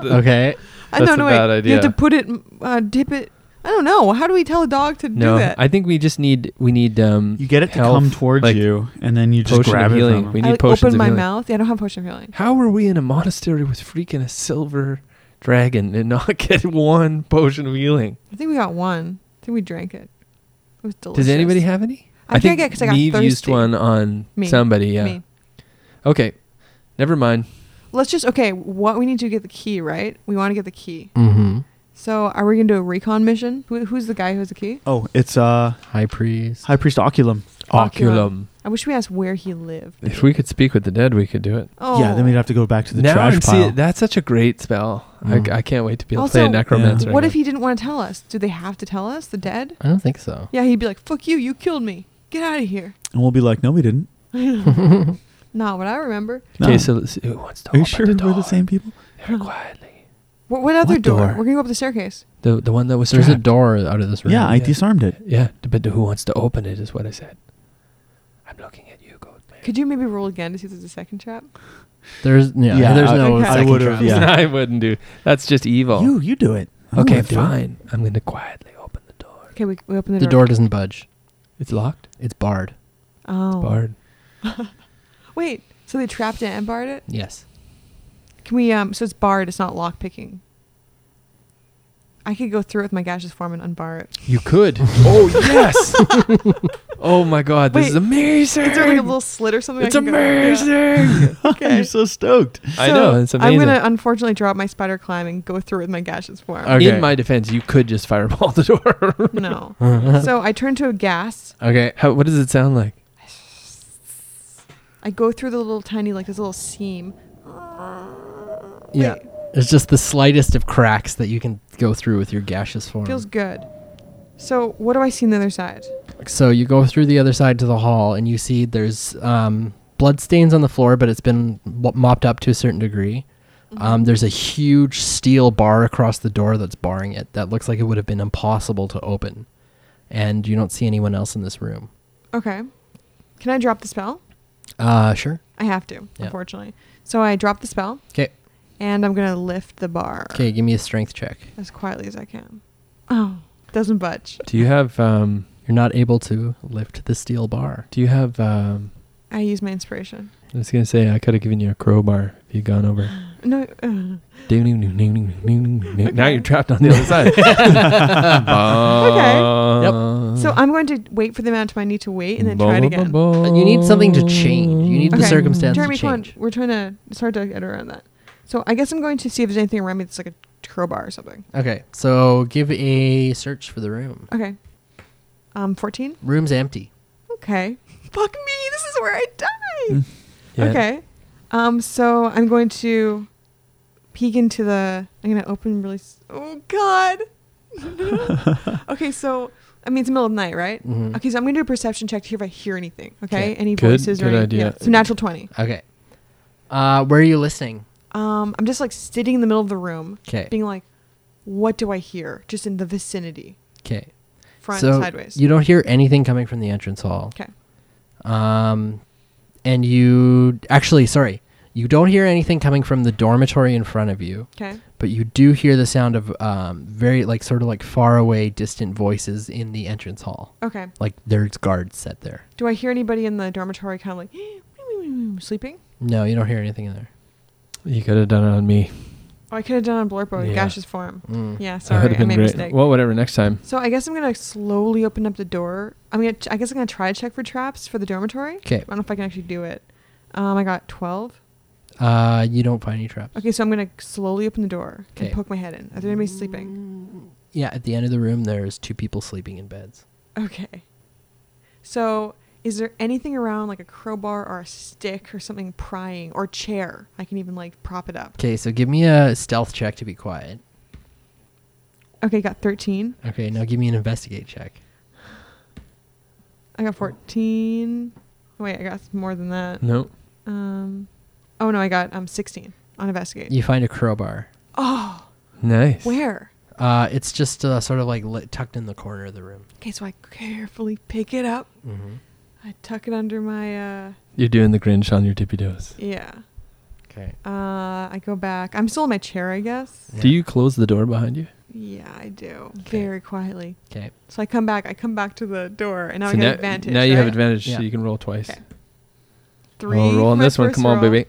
E: Okay,
D: I
B: That's
D: don't know.
B: a
D: wait,
B: bad
D: You have to
B: idea.
D: put it, uh, dip it. I don't know. How do we tell a dog to
B: no,
D: do that?
B: I think we just need we need um
C: You get it to
B: health,
C: come towards
B: like,
C: you, and then you just
B: potion of
C: grab it
B: healing.
C: from
B: We
C: him.
D: I
B: need
D: like
B: potions
D: open
B: of
D: my
B: healing.
D: mouth. Yeah, I don't have potion of healing.
B: How were we in a monastery with freaking a silver dragon and not get one potion of healing?
D: I think we got one. I think we drank it. It was delicious.
B: Does anybody have any?
D: I, drank it because I got
B: Neve
D: thirsty.
B: used one on
D: Me.
B: somebody. Yeah.
D: Me.
B: Okay. Never mind.
D: Let's just okay. What we need to get the key, right? We want to get the key.
E: Mm-hmm.
D: So are we gonna do a recon mission? Who, who's the guy who has the key?
C: Oh, it's uh,
E: High priest.
C: High Priest Oculum.
D: Oculum. I wish we asked where he lived.
B: If we could speak with the dead, we could do it.
D: Oh,
C: Yeah, then we'd have to go back to the
B: now I
C: trash
B: see
C: pile.
B: it. That's such a great spell.
E: Mm.
B: I, I can't wait to be able
D: Also,
B: to play a necromancer.
C: Yeah.
D: Oh, What if
B: again.
D: he didn't want to tell us? Do they have to tell us? The dead?
E: I don't think so.
D: Yeah, he'd be like, "Fuck you! You killed me. Get out of here."
C: And we'll be like, no, we didn't.
D: Not what I remember.
C: No.
B: Okay, so let's- who wants to
C: Are you
B: open
C: sure
B: the
C: we're
B: door?
C: the same people?
B: Very quietly.
D: What, what other
B: What
D: door?
B: door?
D: We're gonna go up the staircase.
B: The the one that was
E: There's a
B: trapped.
E: door out of this room.
C: Yeah, I
B: yeah.
C: disarmed it.
B: Yeah, but who wants to open it is what I said. I'm looking at you, Goldman.
D: Could you maybe roll again to see if there's a second trap?
E: There's yeah. uh,
C: Yeah,
E: there's
C: I-
E: no.
D: I
E: second
C: would've,
E: trap.
C: yeah.
B: I wouldn't do. That's just evil.
C: You, you do it. I don't
B: okay,
C: wanna do it.
B: fine. I'm going to quietly open the door.
D: Okay, we, we open the,
E: The door doesn't budge.
B: It's locked.
E: It's barred.
D: Oh,
B: Barred.
D: wait. So they trapped it and barred it.
E: Yes.
D: Can we? Um. So it's barred. It's not lock picking. I could go through it with my gaseous form and unbar it.
B: You could. oh yes. oh my god, this
D: Wait,
B: is amazing.
D: Is there like a little slit or something? I
B: it's
D: can go- yeah.
B: amazing.
D: Okay.
C: You're so stoked.
B: I know it's amazing.
D: I'm gonna unfortunately drop my spider climb and go through with my gaseous form.
E: Okay.
B: In my defense, you could just fireball the door.
D: No. so I turn to a gas.
B: okay. How, what does it sound like?
D: I go through the little tiny like this little seam.
E: Yeah.
D: Wait,
E: It's just the slightest of cracks that you can go through with your gaseous form.
D: feels good. So what do I see on the other side?
E: So you go through the other side to the hall, and you see there's um, blood stains on the floor, but it's been w- mopped up to a certain degree. Um, there's a huge steel bar across the door that's barring it. That looks like it would have been impossible to open, and you don't see anyone else in this room.
D: Okay. Can I drop the spell?
E: Uh, sure.
D: I have to,
E: Yeah.
D: unfortunately. So I drop the spell
E: Okay.
D: and I'm gonna lift the bar
E: Okay. Give me a strength check.
D: as quietly as I can. Oh, doesn't budge.
B: Do you have um?
E: You're not able to lift the steel bar.
B: Do you have um?
D: I use my inspiration.
B: I was gonna say I could have given you a crowbar if you'd gone over.
D: No. Uh,
B: Now you're trapped on the other side. okay.
D: so I'm going to wait for the amount of time I need to wait and then try it again.
E: But you need something to change. You need the
D: Okay.
E: circumstances
D: Jeremy,
E: to
D: come on.
E: change.
D: We're trying to. It's hard to get around that. So I guess I'm going to see if there's anything around me that's like a crowbar or something.
E: Okay. So give a search for the room.
D: Okay. Um, 14.
E: Room's empty.
D: Okay. Fuck me. This is where I die.
C: Mm.
B: Yeah.
D: Okay. Um, so I'm going to peek into the. I'm gonna open really. S- oh God. okay, so I mean, it's the middle of the night, right? Okay, so I'm going to do a perception check to see if I hear anything. Okay,
E: Okay.
D: any
B: Mm-hmm. Good-
D: voices or
B: good
D: any-
B: idea.
D: Yeah. So natural twenty.
E: Okay. Uh, where are you listening?
D: Um, I'm just like sitting in the middle of the room,
E: Okay.
D: being like, "What do I hear?" Just in the vicinity,
E: Okay.
D: front,
E: so
D: sideways.
E: you don't hear anything coming from the entrance hall.
D: okay.
E: Um, and you actually, sorry, you don't hear anything coming from the dormitory in front of you,
D: Okay.
E: but you do hear the sound of um, very like sort of like far away, distant voices in the entrance hall.
D: Okay.
E: Like there's guards set there.
D: Do I hear anybody in the dormitory kind of like sleeping?
E: No, you don't hear anything in there.
B: You could have done it on me.
D: Oh, I could have done a blurb or
B: Yeah.
D: gaseous form.
E: Mm.
D: Yeah,
B: that would
D: sorry,
B: have
D: I
B: been
D: made a
B: great.
D: mistake.
B: Well, whatever. Next time.
D: So I guess I'm gonna slowly open up the door. I'm gonna. Ch- I guess I'm gonna try to check for traps for the dormitory. I
E: 'Kay.
D: don't know if I can actually do it. Um, I got twelve.
E: Uh, you don't find any traps.
D: Okay, so I'm gonna slowly open the door
E: 'Kay.
D: and poke my head in. Are there anybody sleeping?
E: Yeah, at the end of the room, there's two people sleeping in beds.
D: Okay. So is there anything around like a crowbar or a stick or something prying or a chair? I can even like prop it up.
E: Okay, so give me a stealth check to be quiet.
D: Okay, got thirteen.
E: Okay, now give me an investigate check.
D: I got fourteen. Wait, I got more than that.
B: No.
D: Um, oh no, I got um sixteen on investigate.
E: You find a crowbar.
D: Oh,
B: Nice.
D: where?
E: Uh, it's just uh, sort of like lit, tucked in the corner of the room.
D: Okay, so I carefully pick it up.
E: Mm-hmm.
D: I tuck it under my uh
B: You're doing the Grinch on your tippy toes.
D: yeah.
E: Okay.
D: Uh I go back. I'm still in my chair, I guess.
B: Do you close the door behind you?
D: Yeah, I do.
E: Okay.
D: Very quietly.
E: Okay.
D: So I come back. I come back to the door and now
B: So
D: I get
B: now,
D: advantage.
B: now you have
D: right?
B: advantage,
E: Yeah.
B: so you can roll twice.
D: Okay. Three.
B: Roll, roll on
D: for my
B: this one.
D: first
B: Come on,
D: roll.
B: baby.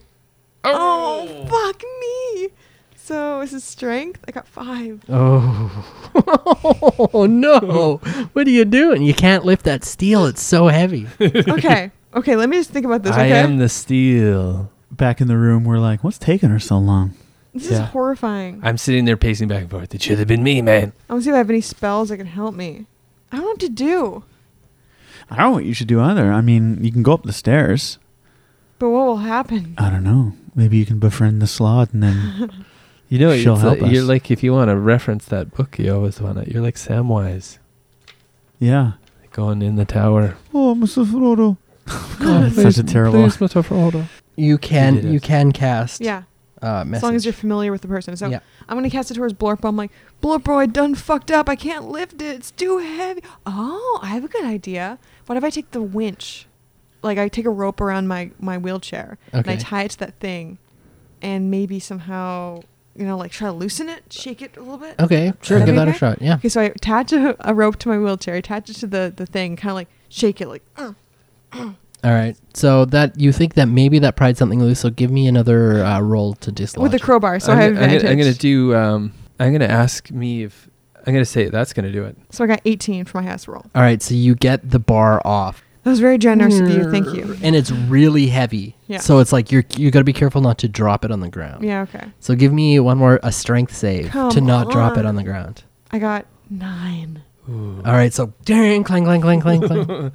D: Oh, fuck me. So this is strength. I got five.
E: Oh. no! What are you doing? You can't lift that steel. It's so heavy.
D: Okay. okay, let me just think about this,
B: I
D: okay?
B: am the steel.
C: Back in the room, we're like, "What's taking her so long?"
D: this
B: yeah.
D: is horrifying.
B: I'm sitting there pacing back and forth. It should have been me, man.
D: I want to see if I have any spells that can help me. I don't know what to do.
C: I don't know what you should do either. I mean, you can go up the stairs.
D: But what will happen?
C: I don't know. Maybe you can befriend the slot and then.
B: You know,
C: She'll
B: it's
C: help
B: like, you're
C: us.
B: like if you want to reference that book, you always want to. You're like Samwise
C: yeah.
B: going in the tower.
C: Oh, Mr. Frodo.
B: God,
C: That's such a terrible.
B: Please, Mr. Frodo.
E: You
B: did
E: can
B: it.
E: you can cast.
D: Yeah.
E: Uh, message.
D: As long as you're familiar with the person. So
E: Yeah.
D: I'm gonna cast it towards Blorpo. I'm like, Blorpo, I done fucked up. I can't lift it. It's too heavy. Oh, I have a good idea. What if I take the winch? Like I take a rope around my my wheelchair and I
E: Okay.
D: tie it to that thing, and maybe somehow you know like try to loosen it, shake it a little bit.
E: okay, sure.
D: That'd
E: Give
D: be
E: that a
D: okay?
E: shot. Yeah.
D: Okay, so I attach a, a rope to my wheelchair, attach it to the the thing, kind of like shake it, like uh,
E: All right. So that you think that maybe that pried something loose. So give me another uh, roll to dislodge.
D: with a
E: it.
D: crowbar. So i
B: I'm,
D: have
B: gonna- I'm,
D: advantage.
B: gonna, I'm gonna do. Um, I'm gonna ask me if I'm gonna say that's gonna do it.
D: so I got 18 for my highest roll.
E: All right. So you get the bar off,
D: That was very generous of you. Thank you.
E: and it's really heavy.
D: Yeah.
E: So it's like you're you got to be careful not to drop it on the ground.
D: Yeah. Okay.
E: So give me one more a strength save to
D: Come
E: not drop it
D: on.
E: on the ground.
D: I got nine.
E: All right, so dang, clang, clang, clang, clang, clang.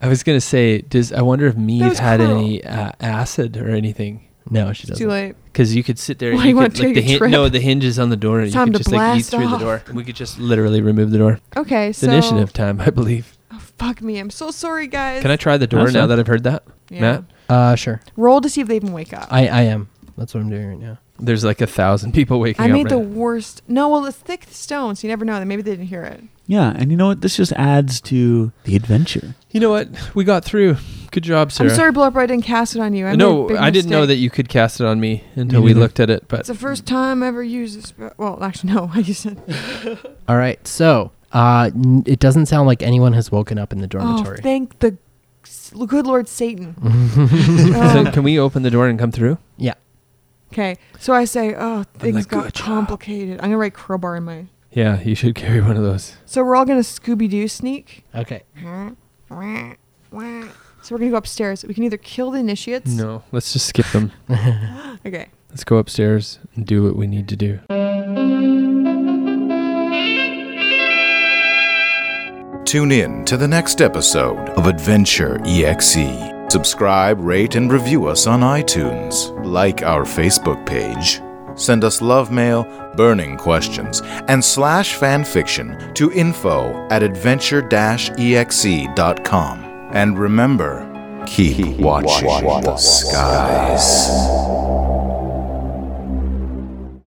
B: I was gonna say, does I wonder if Mead
D: was
B: had
D: cool.
B: any uh, acid or anything?
E: No, she
D: It's
E: doesn't.
D: too late.
B: Because you could sit there.
D: Why
B: and
D: you
B: you
D: wanna
B: could, like,
D: take a
B: the hin-
D: trip?
B: No, the hinge is on the door, and
D: It's
B: you
D: time
B: could
D: to
B: just like eat
D: blast
B: through the
D: off.
B: door. And we could just literally remove the door.
D: Okay.
B: It's
D: so
B: initiative time, I believe.
D: Oh, fuck me. I'm so sorry, guys.
B: Can I try the door
C: That's
B: now
C: fine.
B: that I've heard that?
D: Yeah.
B: Matt?
E: Uh, sure.
D: Roll to see if they even wake up. I,
E: I, I am. That's what I'm doing right now.
B: There's like a thousand people waking up.
D: made the
B: right
D: worst. No, well, it's thick stone, so you never know. Maybe they didn't hear it.
C: yeah, and you know what? This just adds to the adventure.
B: now. You know what? We got through. Good job, Sarah.
D: I'm sorry, Blurb, I didn't cast it on you. I made a
B: no,
D: big
B: I didn't know that
D: mistake.
B: you could cast it on me until we
C: neither.
B: looked at it. But
D: It's the first time I ever used this. Spe- well, actually, no. I used it.
E: All right, so uh, n- it doesn't sound like anyone has woken up in the
D: Oh,
E: dormitory.
D: thank the s- good Lord Satan.
B: so
D: Oh,
B: can we open the door and come through?
D: okay, so I say, oh, things
B: like,
D: got
B: "Good job."
D: complicated. I'm gonna write crowbar in my.
B: Yeah, you should carry one of those.
D: So we're all gonna Scooby Doo sneak.
E: okay.
D: So we're gonna go upstairs. We can either kill the initiates.
B: No, let's just skip them.
D: Okay.
B: Let's go upstairs and do what we need to do.
A: Tune in to the next episode of Adventure E EXE. Subscribe, rate, and review us on iTunes. Like our Facebook page. Send us love mail, burning questions, and slash fanfiction to info at E adventure exe.com. And remember, keep watching the skies.